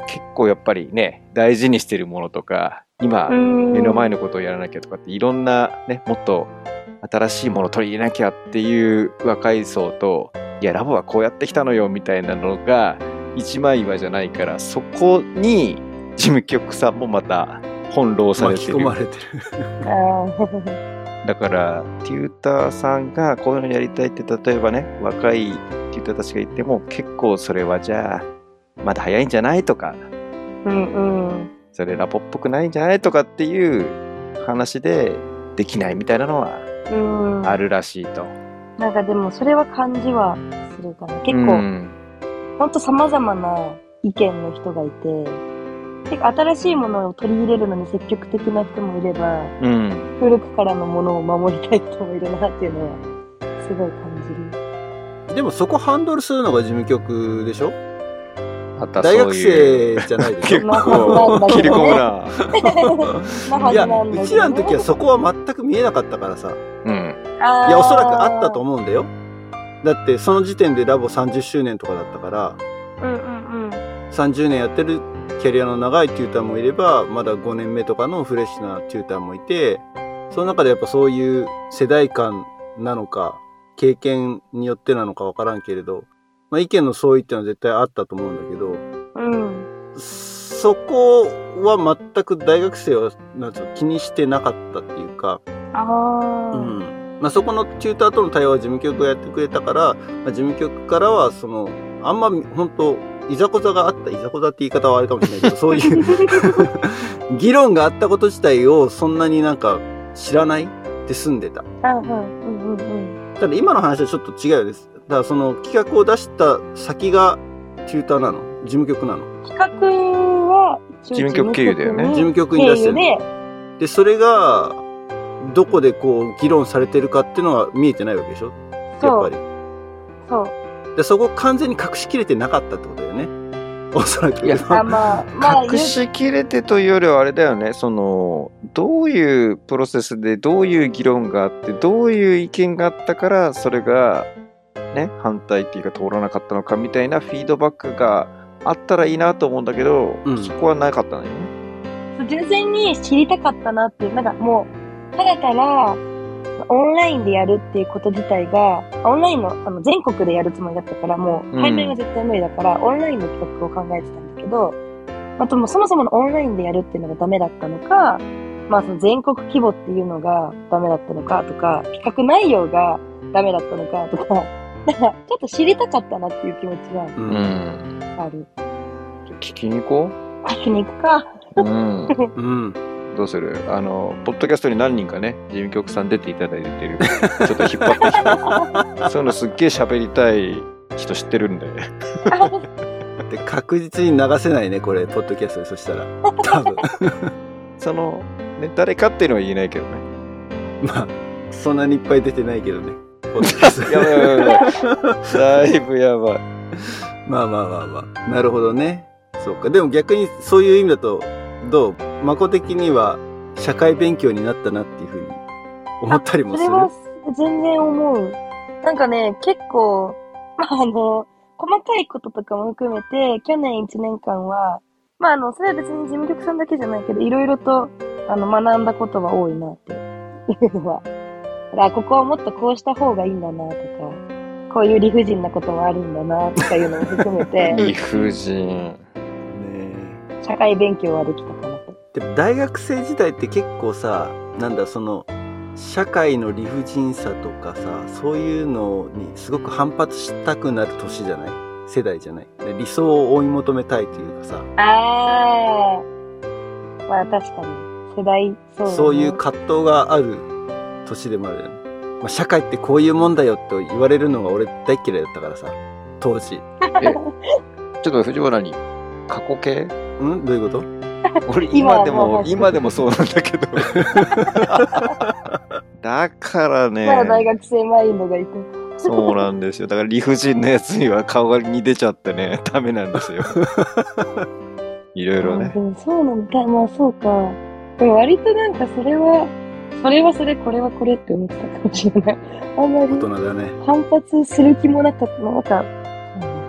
[SPEAKER 2] 結構やっぱりね大事にしてるものとか今目
[SPEAKER 3] 目
[SPEAKER 2] の前
[SPEAKER 3] の。
[SPEAKER 2] のことをやらなきゃとかっていろんなねもっと新しいものを取り入れなきゃっていう若い層といやラボはこうやってきたのよみたいなのが一枚岩じゃないからそこに事務局さんもまた翻弄され
[SPEAKER 1] 巻
[SPEAKER 2] て
[SPEAKER 1] き
[SPEAKER 2] る
[SPEAKER 1] 込まれてる。
[SPEAKER 3] あ
[SPEAKER 2] だからテューターさんがこういうのやりたいって例えばね若いテューターたちが言っても結構それはじゃあまだ早いんじゃないとか
[SPEAKER 3] ー [laughs] うんうん。
[SPEAKER 2] それラボっぽくないんじゃないとかっていう話でできないみたいなのは
[SPEAKER 3] うん。
[SPEAKER 2] あ。るらしいと。
[SPEAKER 3] なんかでもそれは感じはするかな。結
[SPEAKER 2] う
[SPEAKER 3] 構、
[SPEAKER 2] ん
[SPEAKER 3] ほんと様々な意見の人がいて、結構新しいものを取り入れるのに積極的な人もいれば、
[SPEAKER 2] うん、
[SPEAKER 3] 古くからのものを守りたい人もいるなっていうのは、すごい感じる。
[SPEAKER 1] でもそこハンドルするのが事務局でしょ
[SPEAKER 2] またそう
[SPEAKER 1] 大学
[SPEAKER 2] いう
[SPEAKER 1] 生じゃないでしょ
[SPEAKER 2] [laughs] 結構切り込むな。
[SPEAKER 3] [laughs] なはい
[SPEAKER 1] や、
[SPEAKER 3] なんだけどね
[SPEAKER 1] うちらの時はそこは全く見えなかったからさ。
[SPEAKER 2] う
[SPEAKER 1] い
[SPEAKER 2] ん、
[SPEAKER 1] や、おそらくあったと思うんだよ。だって、その時点でラボ30周年とかだったから、
[SPEAKER 3] 思う。うんうんうん。
[SPEAKER 1] 30年やってるキャリアの長いテューターもいれば、まだ5年目とかのフレッシュなテューターもいて、その中でやっぱそういう世代間なのか、経験によってなのかわからんけれど、まあ意見の相違っていうのは絶対あったと思うんだけど、
[SPEAKER 3] うん。
[SPEAKER 1] そこは全く大学生はなんつうの気にしてなかったっていうか、
[SPEAKER 3] ああ。
[SPEAKER 1] うんまあ、そこのチューターとの対話を事務局がやってくれたから、まあ事務局からはそのあんま本当いざこざがあったいざこざって言い方はあれかもしれ
[SPEAKER 3] [laughs]
[SPEAKER 1] ないけどそういう [laughs] 議論があったこと自体をそんなになんか知らないで済んでた
[SPEAKER 3] あうんうんうんうん。
[SPEAKER 1] ただ今の話はちょっと違うようですだからその企画を出した先がチューターなの事務局なの
[SPEAKER 3] 企画は、事
[SPEAKER 2] 務局経由だよね
[SPEAKER 1] 事務局に出してる
[SPEAKER 3] 経由で
[SPEAKER 1] でそれがどこでこう議論されてるかっていうのは見えてないわけでしょや
[SPEAKER 3] そ
[SPEAKER 1] っぱ
[SPEAKER 3] う
[SPEAKER 1] り、
[SPEAKER 3] そう。
[SPEAKER 1] でそこを完全に隠しきれてなかったってことだよね [laughs] おそらく
[SPEAKER 2] いや
[SPEAKER 3] あ、まあ、
[SPEAKER 1] [laughs]
[SPEAKER 3] まあ、
[SPEAKER 2] 隠しきれてというよりはあれだよねそのどういうプロセスでどういう議論があってどういう意見があったからそれが、ね、反対っていうか通らなかったのかみたいなフィードバックがあったらいいなと思うんだけど、
[SPEAKER 1] うん
[SPEAKER 2] そこはなかったのよね。
[SPEAKER 3] 純粋に知りたかったなっていう、なんかもう、ただただ、オンラインでやるっていうこと自体が、オンラインの、あの、全国でやるつもりだったから、もう、
[SPEAKER 2] うん
[SPEAKER 3] 対面は絶対無理だから、オンラインの企画を考えてたんだけど、あともうそもそものオンラインでやるっていうのがダメだったのか、まあその全国規模っていうのがダメだったのかとか、企画内容がダメだったのかとか、なんかちょっと知りたかったなっていう気持ちが
[SPEAKER 1] う
[SPEAKER 2] うんん、
[SPEAKER 3] ある。
[SPEAKER 2] 聞きに行こ
[SPEAKER 3] 聞きに行くか。
[SPEAKER 2] う。うん [laughs]
[SPEAKER 1] うん
[SPEAKER 2] どうするあの、ポッドキャストに何人かね、事務局さん出ていただいてる、ちょっと引っ張ってきた。
[SPEAKER 3] [laughs]
[SPEAKER 2] そういうのすっげえ喋りたい人知ってるんで。
[SPEAKER 1] で確実に流せないねこれポッドキャストでそ
[SPEAKER 2] [laughs]
[SPEAKER 1] したら多分
[SPEAKER 2] その、ね、誰かっていうのは言えないけどね。
[SPEAKER 1] まあそんなにいっぱい出てないけどねポッドキャスト
[SPEAKER 2] やばいやばいやばい。 [laughs] だいぶやばい。
[SPEAKER 1] [laughs] まあまあまあまあなるほどねそうかでも逆にそういう意味だとどうまこ的には社会勉強になったなっていうふうに思ったりも
[SPEAKER 3] そ
[SPEAKER 1] す
[SPEAKER 3] れ
[SPEAKER 1] る
[SPEAKER 3] は全然思う。なんかね、結構、まあ、あの、細かいこととかも含めて、去年1年間は、まあ、あの、それは別に事務局さんだけじゃないけど、いろいろと、あの、学んだことは多いな、っていうのは。だから、ここはもっとこうした方がいいんだな、とか、こういう理不尽なこともあるんだな、とかいうのも含め
[SPEAKER 1] [laughs]
[SPEAKER 3] て、
[SPEAKER 2] 理不尽。
[SPEAKER 1] ね
[SPEAKER 3] 社会勉強はできたかなと。
[SPEAKER 1] えでも大学生時代って結構さなんだその社会の理不尽さとかさそういうのにすごく反発したくなる年じゃない世代じゃないで理想を追い求めたいというかさ
[SPEAKER 3] あー。まあ、確かに。世代、そう、ね。
[SPEAKER 1] そういう葛藤がある年でもあるよね。まあ、社会ってこういうもんだよと言われるのが俺大っ嫌いだったからさ、当時。
[SPEAKER 2] ちょっと藤原に、過去形 [laughs]
[SPEAKER 1] んどういうこと
[SPEAKER 2] 俺
[SPEAKER 3] 今
[SPEAKER 2] 今で
[SPEAKER 3] も
[SPEAKER 2] も
[SPEAKER 3] う
[SPEAKER 2] 今でもそうなんだけど [laughs] だからね
[SPEAKER 3] まだ大学生マインドがいて。
[SPEAKER 2] そうなんですよだから理不尽なやつには顔がに出ちゃってねダメなん [laughs] ですよいろいろ
[SPEAKER 3] あ
[SPEAKER 2] ね
[SPEAKER 3] でもそうなんだ。まあそうか。でも割となんかそれは、それはそれ、これはこれって思ってたかもしれない。 [laughs] あんま
[SPEAKER 1] 大
[SPEAKER 3] り
[SPEAKER 1] 人だね。
[SPEAKER 3] 反発する気もなかった。なんか、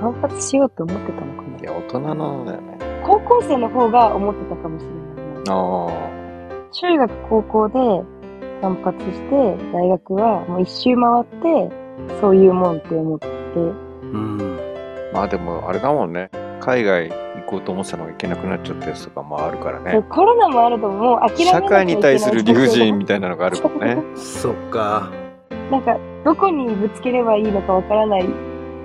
[SPEAKER 3] 反発しようと思ってたのか
[SPEAKER 2] いや大人なんだよね
[SPEAKER 3] な。高校生の方が思ってたかもしれないな。
[SPEAKER 2] あ
[SPEAKER 3] 中学、高校で反発して、大学はもう一周回って、そういうもんって思って。
[SPEAKER 1] うん。
[SPEAKER 2] あまあでもあれだもんね海外行こうと思ってたのが行けなくなっちゃったやつとかもあるから
[SPEAKER 3] で
[SPEAKER 2] ね
[SPEAKER 3] コロナもあるともう諦めなきゃ
[SPEAKER 2] 社
[SPEAKER 3] いけない
[SPEAKER 2] 会に対する理不尽みたいなのがあるもんね
[SPEAKER 1] そっか。
[SPEAKER 3] なんか、どこにぶつければいいのかわからない、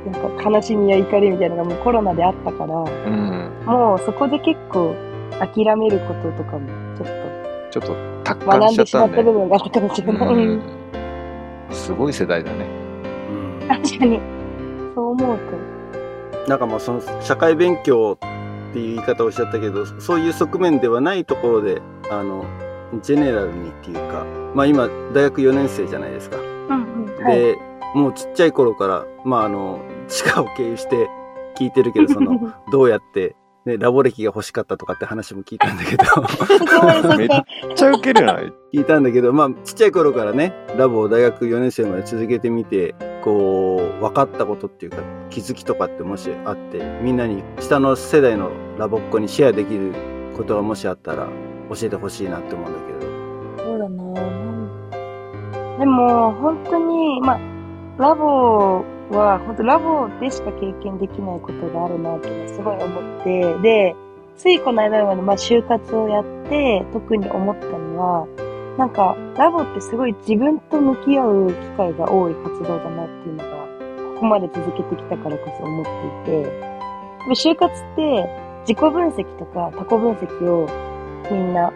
[SPEAKER 3] なんか悲しみや怒りみたいなのがもうコロナであったから、
[SPEAKER 2] うん
[SPEAKER 3] もうそこで結構諦めることとかもちょっ
[SPEAKER 2] ちょっと達
[SPEAKER 3] と
[SPEAKER 2] 観
[SPEAKER 3] 学
[SPEAKER 2] し
[SPEAKER 3] ん
[SPEAKER 2] ちゃ
[SPEAKER 3] で
[SPEAKER 2] った
[SPEAKER 3] しまっ
[SPEAKER 2] ん
[SPEAKER 3] た
[SPEAKER 2] で
[SPEAKER 3] 部分があったかもしれない。
[SPEAKER 2] う
[SPEAKER 3] うん
[SPEAKER 2] んすごい世代だね
[SPEAKER 1] うん。
[SPEAKER 3] 確かに。そう思うと。
[SPEAKER 1] なんかまあその社会勉強っていう言い方をしちゃったけど、そういう側面ではないところで、あの、ジェネラルにっていうか、まあ今大学4年生じゃないですか。
[SPEAKER 3] うんうん。はい。
[SPEAKER 1] で、もうちっちゃい頃から、まああの、地下を経由して聞いてるけど、そ
[SPEAKER 3] [laughs]
[SPEAKER 1] の、どうやって、ね、ラボ歴が欲しかったとかって話も聞いたんだけど、
[SPEAKER 2] めっちゃウケるな
[SPEAKER 1] 聞いたんだけど、まあ、ちっちゃい頃からね、ラボを大学4年生まで続けてみて、こう、分かったことっていうか、気づきとかってもしあって、みんなに下の世代のラボっ子にシェアできることがもしあったら、教えてほしいなって思うんだけど。
[SPEAKER 3] そうだななんでも、本当に、まあ、ラボは、本当ラボでしか経験できないことがあるなっていうのはすごい思って、で、ついこの間まで、まあ、就活をやって、特に思ったのは、なんか、ラボってすごい自分と向き合う機会が多い活動だなっていうのが、ここまで続けてきたからこそ思っていて、でも就活って自己分析とか他己分析をみんな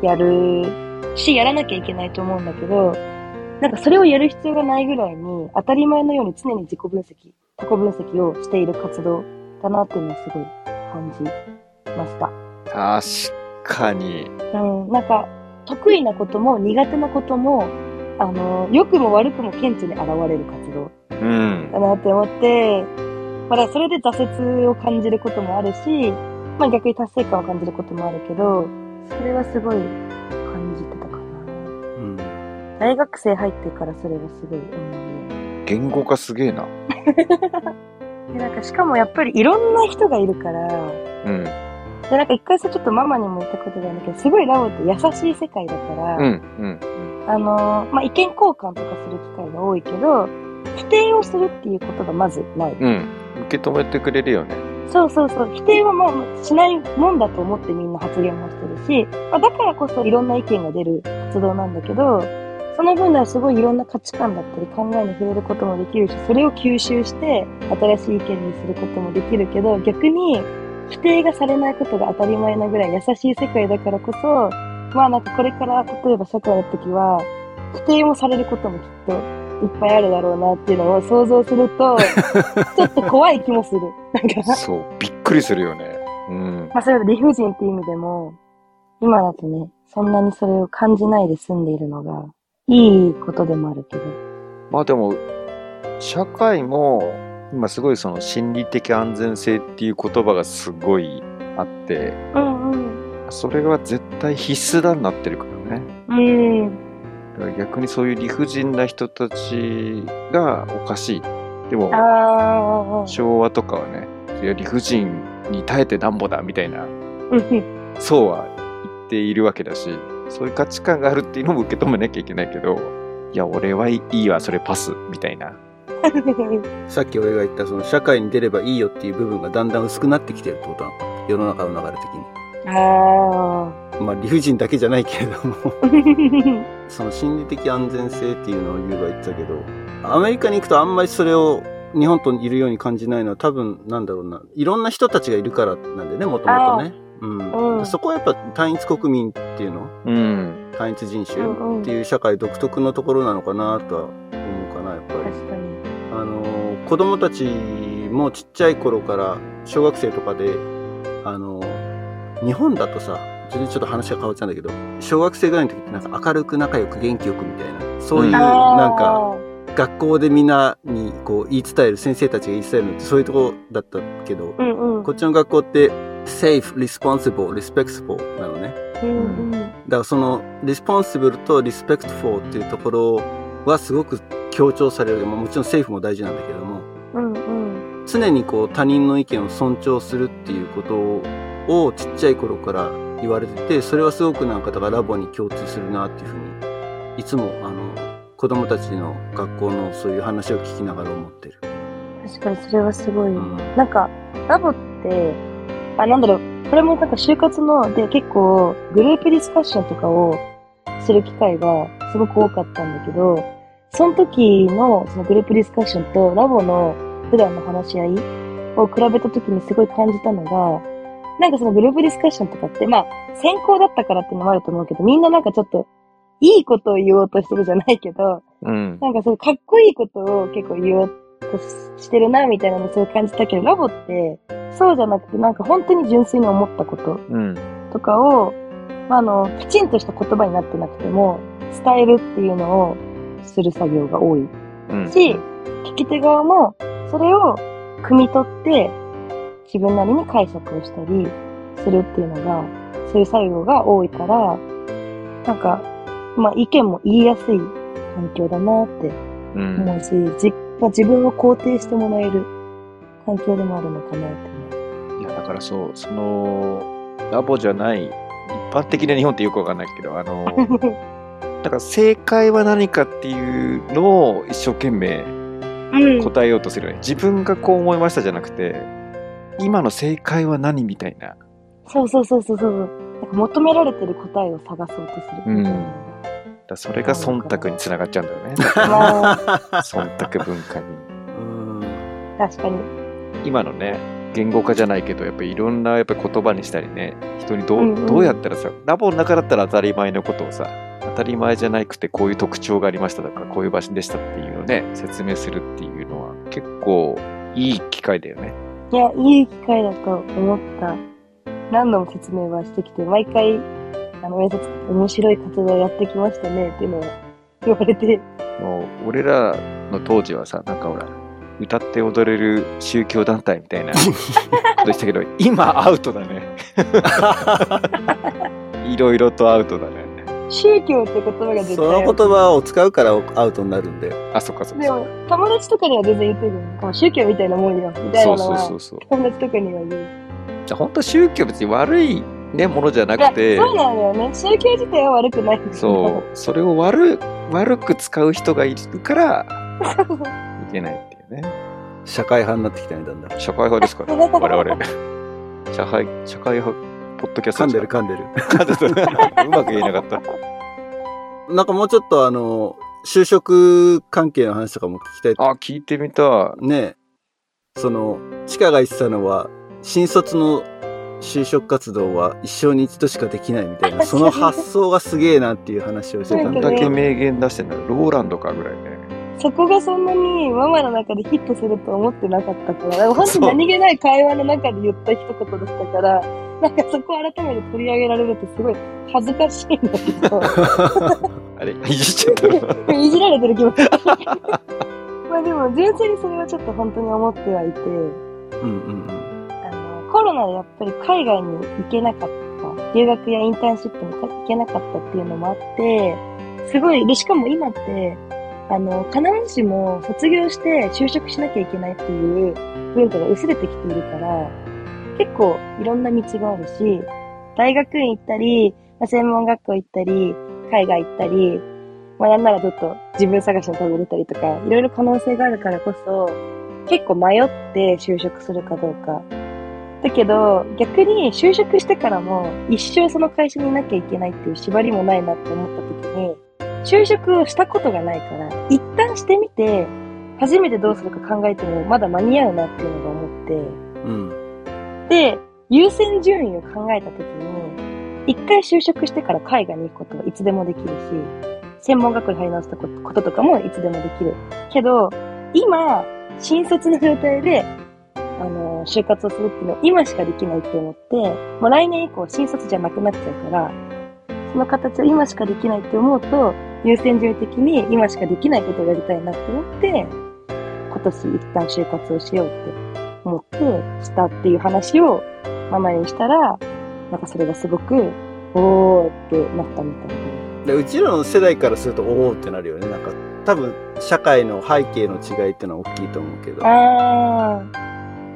[SPEAKER 3] やるし、やらなきゃいけないと思うんだけど、なんかそれをやる必要がないぐらいに、当たり前のように常に自己分析、自己分析をしている活動だなっていうのをすごい感じました。
[SPEAKER 2] 確かに。
[SPEAKER 3] うん、なんか、得意なことも苦手なことも、あの、良くも悪くも顕著に現れる活動
[SPEAKER 2] うん。
[SPEAKER 3] だなって思って、まあだからそれで挫折を感じることもあるし、まあ逆に達成感を感じることもあるけど、それはすごい感じてたかな。
[SPEAKER 1] うん。
[SPEAKER 3] 大学生入ってからそれがすごい思うよ
[SPEAKER 2] 言語化すげえな。
[SPEAKER 3] でなんかしかもやっぱりいろんな人がいるから
[SPEAKER 2] うん。
[SPEAKER 3] でなんか一回さちょっとママにも言ったことがあるんだけどすごいラボって優しい世界だから、
[SPEAKER 2] うん。
[SPEAKER 3] あのーまあ、意見交換とかする機会が多いけど否定をするっていうことがまずない、
[SPEAKER 2] うん。うん。受け止めてくれる
[SPEAKER 3] [laughs]
[SPEAKER 2] よね。
[SPEAKER 3] そうそうそう否定はまあしないもんだと思ってみんな発言もしてるし、まあ、だからこそいろんな意見が出る活動なんだけどその分ではすごいいろんな価値観だったり考えに触れることもできるし、それを吸収して新しい意見にすることもできるけど、逆に否定がされないことが当たり前なぐらい優しい世界だからこそ、まあなんかこれから例えば社会の時は、否定もされることもきっといっぱいあるだろうなっていうのを想像すると、ちょっと怖い気もする。なんか、
[SPEAKER 2] そう、びっくりするよね。うん。
[SPEAKER 3] まあそれは理不尽っていう意味でも、今だとね、そんなにそれを感じないで済んでいるのが、いいことでもあるけど。
[SPEAKER 2] まあでも、社会も、今すごいその心理的安全性っていう言葉がすごいあって、
[SPEAKER 3] うんうん。
[SPEAKER 2] それが絶対必須だになってるからね。
[SPEAKER 3] うん。
[SPEAKER 2] だから逆にそういう理不尽な人たちがおかしい。でも、
[SPEAKER 3] ああ。
[SPEAKER 2] 昭和とかはね、いや理不尽に耐えてなんぼだみたいな、
[SPEAKER 3] うん
[SPEAKER 2] そうは言っているわけだし、そういう価値観があるっていうのも受け止めなきゃいけないけど、いや、俺はいいわ、それパス、みたいな。
[SPEAKER 1] さっき俺が言ったその社会に出ればいいよっていう部分がだんだん薄くなってきてるってことなのかな世の中の流れ的に。
[SPEAKER 3] ああ。
[SPEAKER 1] まあ理不尽だけじゃないけれどもその心理的安全性っていうのを優が言ってたけどアメリカに行くとあんまりそれを日本といるように感じないのは多分なんだろうないろんな人たちがいるからなんでねもともとね、うん
[SPEAKER 3] うん
[SPEAKER 1] そこはやっぱ単一国民っていうの
[SPEAKER 2] うん。
[SPEAKER 1] 単一人
[SPEAKER 3] う
[SPEAKER 1] 種
[SPEAKER 3] んうん
[SPEAKER 1] っていう社会独特のところなのかなとは思うかなやっぱり。
[SPEAKER 3] 確かに。
[SPEAKER 1] あの子供たちもちっちゃい頃から小学生とかであの日本だとさ全然ちょっと話が変わっちゃうんだけど小学生ぐらいの時ってなんか明るく仲良く元気よくみたいなそういう
[SPEAKER 2] うん
[SPEAKER 1] なんか、学校でみんなにこう言い伝える先生たちが言い伝えるのってそういうとこだったけど
[SPEAKER 3] うんうん。
[SPEAKER 1] こっちの学校って safe, responsible, respectful なのね
[SPEAKER 3] うんうん。
[SPEAKER 1] だからその responsible と respectful っていうところはすごく強調される、まあ、もちろん safe も大事なんだけども
[SPEAKER 3] うんうん。
[SPEAKER 1] 常にこう他人の意見を尊重するっていうことをちっちゃい頃から言われててそれはすごくなんかだからラボに共通するなっていうふうにいつもあの子供たちの学校のそういう話を聞きながら思ってる。
[SPEAKER 3] 確かにそれはすごい。
[SPEAKER 1] うん
[SPEAKER 3] なんか、ラボって、あ、なんだろう、これもなんか就活の、で結構グループディスカッションとかをする機会がすごく多かったんだけど、その時のそのグループディスカッションとラボの普段の話し合いを比べた時にすごい感じたのが、なんかそのグループディスカッションとかって、まあ、先行だったからっていうのもあると思うけど、みんななんかちょっと、いいことを言おうとしてるじゃないけど、
[SPEAKER 2] うん。
[SPEAKER 3] なんかそう、かっこいいことを結構言おうとしてるな、みたいなのをすごい感じたけど、ラボって、そうじゃなくて、なんか本当に純粋に思ったこと
[SPEAKER 2] うん。
[SPEAKER 3] とかを、まあ、あの、きちんとした言葉になってなくても、伝えるっていうのをする作業が多い
[SPEAKER 2] うん。
[SPEAKER 3] し、聞き手側も、それを汲み取って、自分なりに解釈をしたりするっていうのが、そういう作業が多いから、なんか、まあ、意見も言いやすい環境だなって
[SPEAKER 2] う
[SPEAKER 3] 思
[SPEAKER 2] ん。
[SPEAKER 3] うし、じまあ自分を肯定してもらえる環境でもあるのかなって
[SPEAKER 2] いや、だからそう、その、ラボじゃない、一般的な日本ってよくわかんないけど、あの、
[SPEAKER 3] 思う。
[SPEAKER 2] だから正解は何かっていうのを一生懸命
[SPEAKER 3] うん
[SPEAKER 2] 答え [laughs] ようとするよね。自分がこう思いましたじゃなくて、今の正解は何みたいな。
[SPEAKER 3] そうそうそうそうそう。なんか求められてる答えを探そうとするみたいなのが。
[SPEAKER 2] だからそれが忖度につながっちゃうんだよ
[SPEAKER 3] [laughs]
[SPEAKER 2] ね。
[SPEAKER 3] まあ、
[SPEAKER 2] 忖度文化に。
[SPEAKER 1] [laughs] うん
[SPEAKER 3] 確かに。
[SPEAKER 2] 今のね、言語化じゃないけど、やっぱりいろんなやっぱ言葉にしたりね、人にどう,、
[SPEAKER 3] うんうん
[SPEAKER 2] どうやったらさ、ラボの中だったら当たり前のことをさ、当たり前じゃなくてこういう特徴がありましたとか、こういう場所でしたっていうのをね、説明するっていうのは結構いい機会だよね。
[SPEAKER 3] いや、いい機会だと思った。何度も説明はしてきて、毎回、あの、面接、面白い活動をやってきましたね、っていうのを言われて、
[SPEAKER 2] もう俺らの当時はさなんかほら歌って踊れる宗教団体みたいなことでしたけど今アウトだねいろいろとアウトだね
[SPEAKER 3] 宗教って言葉が絶対。
[SPEAKER 1] その言葉を使うからアウトになるんだよ。
[SPEAKER 2] あそっかそっか
[SPEAKER 3] で
[SPEAKER 2] そ
[SPEAKER 3] も、友達とかには全然言ってるよ。こう宗教みたいなもんよ、みたいな
[SPEAKER 2] う
[SPEAKER 3] の
[SPEAKER 2] そう
[SPEAKER 3] は。
[SPEAKER 2] そうそう
[SPEAKER 3] 友達とかには言う。
[SPEAKER 2] じゃあ本当宗教別に悪いねものじゃない
[SPEAKER 3] や
[SPEAKER 2] くて
[SPEAKER 3] そうなんだよね。宗教自体は悪くないんだよ。 [laughs]
[SPEAKER 2] そうそれを悪悪く使う人がいるからいけないっていうね
[SPEAKER 1] 社会派になってきたねだんだん。
[SPEAKER 2] 社会派ですから我々社会社会派ポッドキャス
[SPEAKER 1] 噛
[SPEAKER 2] ト
[SPEAKER 1] ん
[SPEAKER 2] す
[SPEAKER 1] で
[SPEAKER 2] か
[SPEAKER 1] る
[SPEAKER 2] ら
[SPEAKER 1] 噛んでる。
[SPEAKER 2] [laughs] うまく言えなかった。
[SPEAKER 1] なんかもうちょっとあの就職関係の話とかも聞きたい
[SPEAKER 2] あ、聞いてみた
[SPEAKER 1] ねえその、チカが言ってたのは、新卒の就職活動は一生に一度しかできないみたいな、その発想がすげえなっていう話をして
[SPEAKER 2] ど
[SPEAKER 1] たん
[SPEAKER 2] ん
[SPEAKER 1] だ
[SPEAKER 2] だ
[SPEAKER 1] け
[SPEAKER 2] け
[SPEAKER 1] ど、
[SPEAKER 2] 名言出してんだろうローランドかぐらいね。
[SPEAKER 3] そこがそんなにママの中でヒットすると思ってなかったから、なんか本当に何気ない会話の中で言った一言だったから、なんかそこを改めて取り上げられるとすごい恥ずかしいんだけど。
[SPEAKER 2] [laughs] あれ、 [laughs] いじっちゃったな。
[SPEAKER 3] いじられてる気持ち。 [laughs] まあでも、純粋にそれはちょっと本当に思ってはいて、
[SPEAKER 1] うんうんうん
[SPEAKER 3] あの、コロナでやっぱり海外に行けなかった、留学やインターンシップに行けなかったっていうのもあって、すごい、で、しかも今って、あの、必ずしも卒業して就職しなきゃいけないっていう文化が薄れてきているから、結構いろんな道があるし、大学院行ったり、まあ専門学校行ったり、海外行ったり、まあなんならちょっと自分探しの旅に出たりとか、いろいろ可能性があるからこそ、結構迷って就職するかどうか。だけど、逆に就職してからも一生その会社にいなきゃいけないっていう縛りもないなって思った時に、就職をしたことがないから、一旦してみて、初めてどうするか考えてもまだ間に合うなっていうのが思って、
[SPEAKER 1] うん
[SPEAKER 3] で、優先順位を考えたときに、一回就職してから海外に行くことはいつでもできるし、専門学校に入り直したことこととかもいつでもできる。けど、今、新卒の状態で、あの、就活をするっていうのは今しかできないって思って、もう来年以降新卒じゃなくなっちゃうから、その形を今しかできないって思うと、優先順位的に今しかできないことをやりたいなって思って、今年一旦就活をしようって思ってしたっていう話をママにしたら、なんかそれがすごく、おーってなったみたいで。
[SPEAKER 1] でうちらの世代からするとおおってなるよねなんか多分社会の背景の違いってのは大きいと思うけど
[SPEAKER 3] あ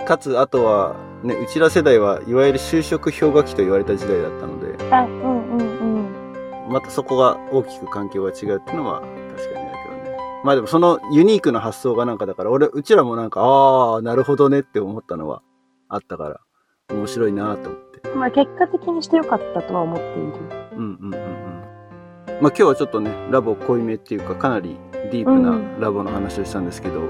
[SPEAKER 1] かつあとは、ね、うちら世代はいわゆる就職氷河期と言われた時代だったので
[SPEAKER 3] ー、あ、うんうんうん。
[SPEAKER 1] またそこが大きく環境が違うっていうのは確かにあるけどね。まあでもそのユニークな発想がなんかだから、俺、うちらもなんか、ああ、なるほどねって思ったのはあったから、面白いなと思って。
[SPEAKER 3] まあ結果的にしてよかったとは思っている。
[SPEAKER 1] うんうんうんうん。まあ今日はちょっとね、ラボ濃いめっていうか、かなりディープな
[SPEAKER 3] うん
[SPEAKER 1] ラボの話をしたんですけど、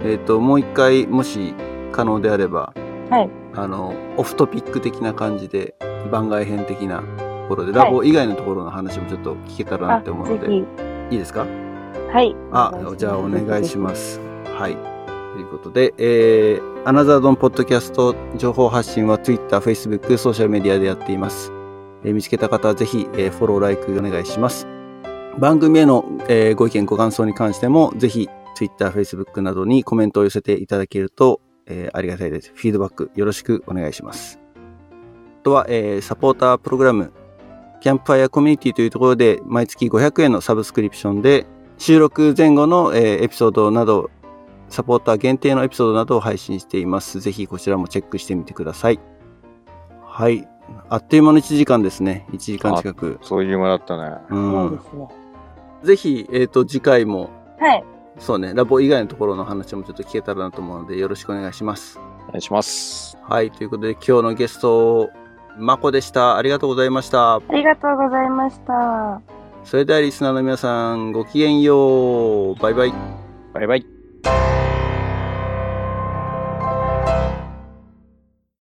[SPEAKER 1] えっ、と、もう一回、もし可能であれば、
[SPEAKER 3] はい。
[SPEAKER 1] あの、オフトピック的な感じで、番外編的なところで、ラボ以外のところの話もちょっと聞けたらな
[SPEAKER 3] あ、
[SPEAKER 1] って思うので、
[SPEAKER 3] ぜ
[SPEAKER 1] いいですか
[SPEAKER 3] ひ。はい。
[SPEAKER 1] あ、じゃあお願いします。はい。ということで、えー、アナザードンポッドキャスト情報発信は Twitter、Facebook、ソーシャルメディアでやっています。えー見つけた方はぜひ、えーフォロー、ライクお願いします。番組への、えーご意見、ご感想に関しても、ぜひ Twitter、Facebook などにコメントを寄せていただけると、えーありがたいです。フィードバックよろしくお願いします。あとは、えーサポータープログラム、キャンプファイアコミュニティというところで、毎月500円のサブスクリプションで、収録前後の、えーエピソードなど、サポーター限定のエピソードなどを配信しています。ぜひこちらもチェックしてみてください。はい。あっという間の1時間ですね。1時間近く。
[SPEAKER 2] そういう間だったね。
[SPEAKER 1] う
[SPEAKER 3] そうで
[SPEAKER 1] ん。
[SPEAKER 3] すね。
[SPEAKER 1] ぜひ、えっ、と、次回も、
[SPEAKER 3] はい。
[SPEAKER 1] そうね、ラボ以外のところの話もちょっと聞けたらなと思うので、よろしくお願いします。
[SPEAKER 2] お願いします。
[SPEAKER 1] はい。ということで、今日のゲスト、まこでした。ありがとうございました。
[SPEAKER 3] ありがとうございました。
[SPEAKER 1] それではリスナーの皆さん、ごきげんよう。バイバイ。
[SPEAKER 2] バイバイ。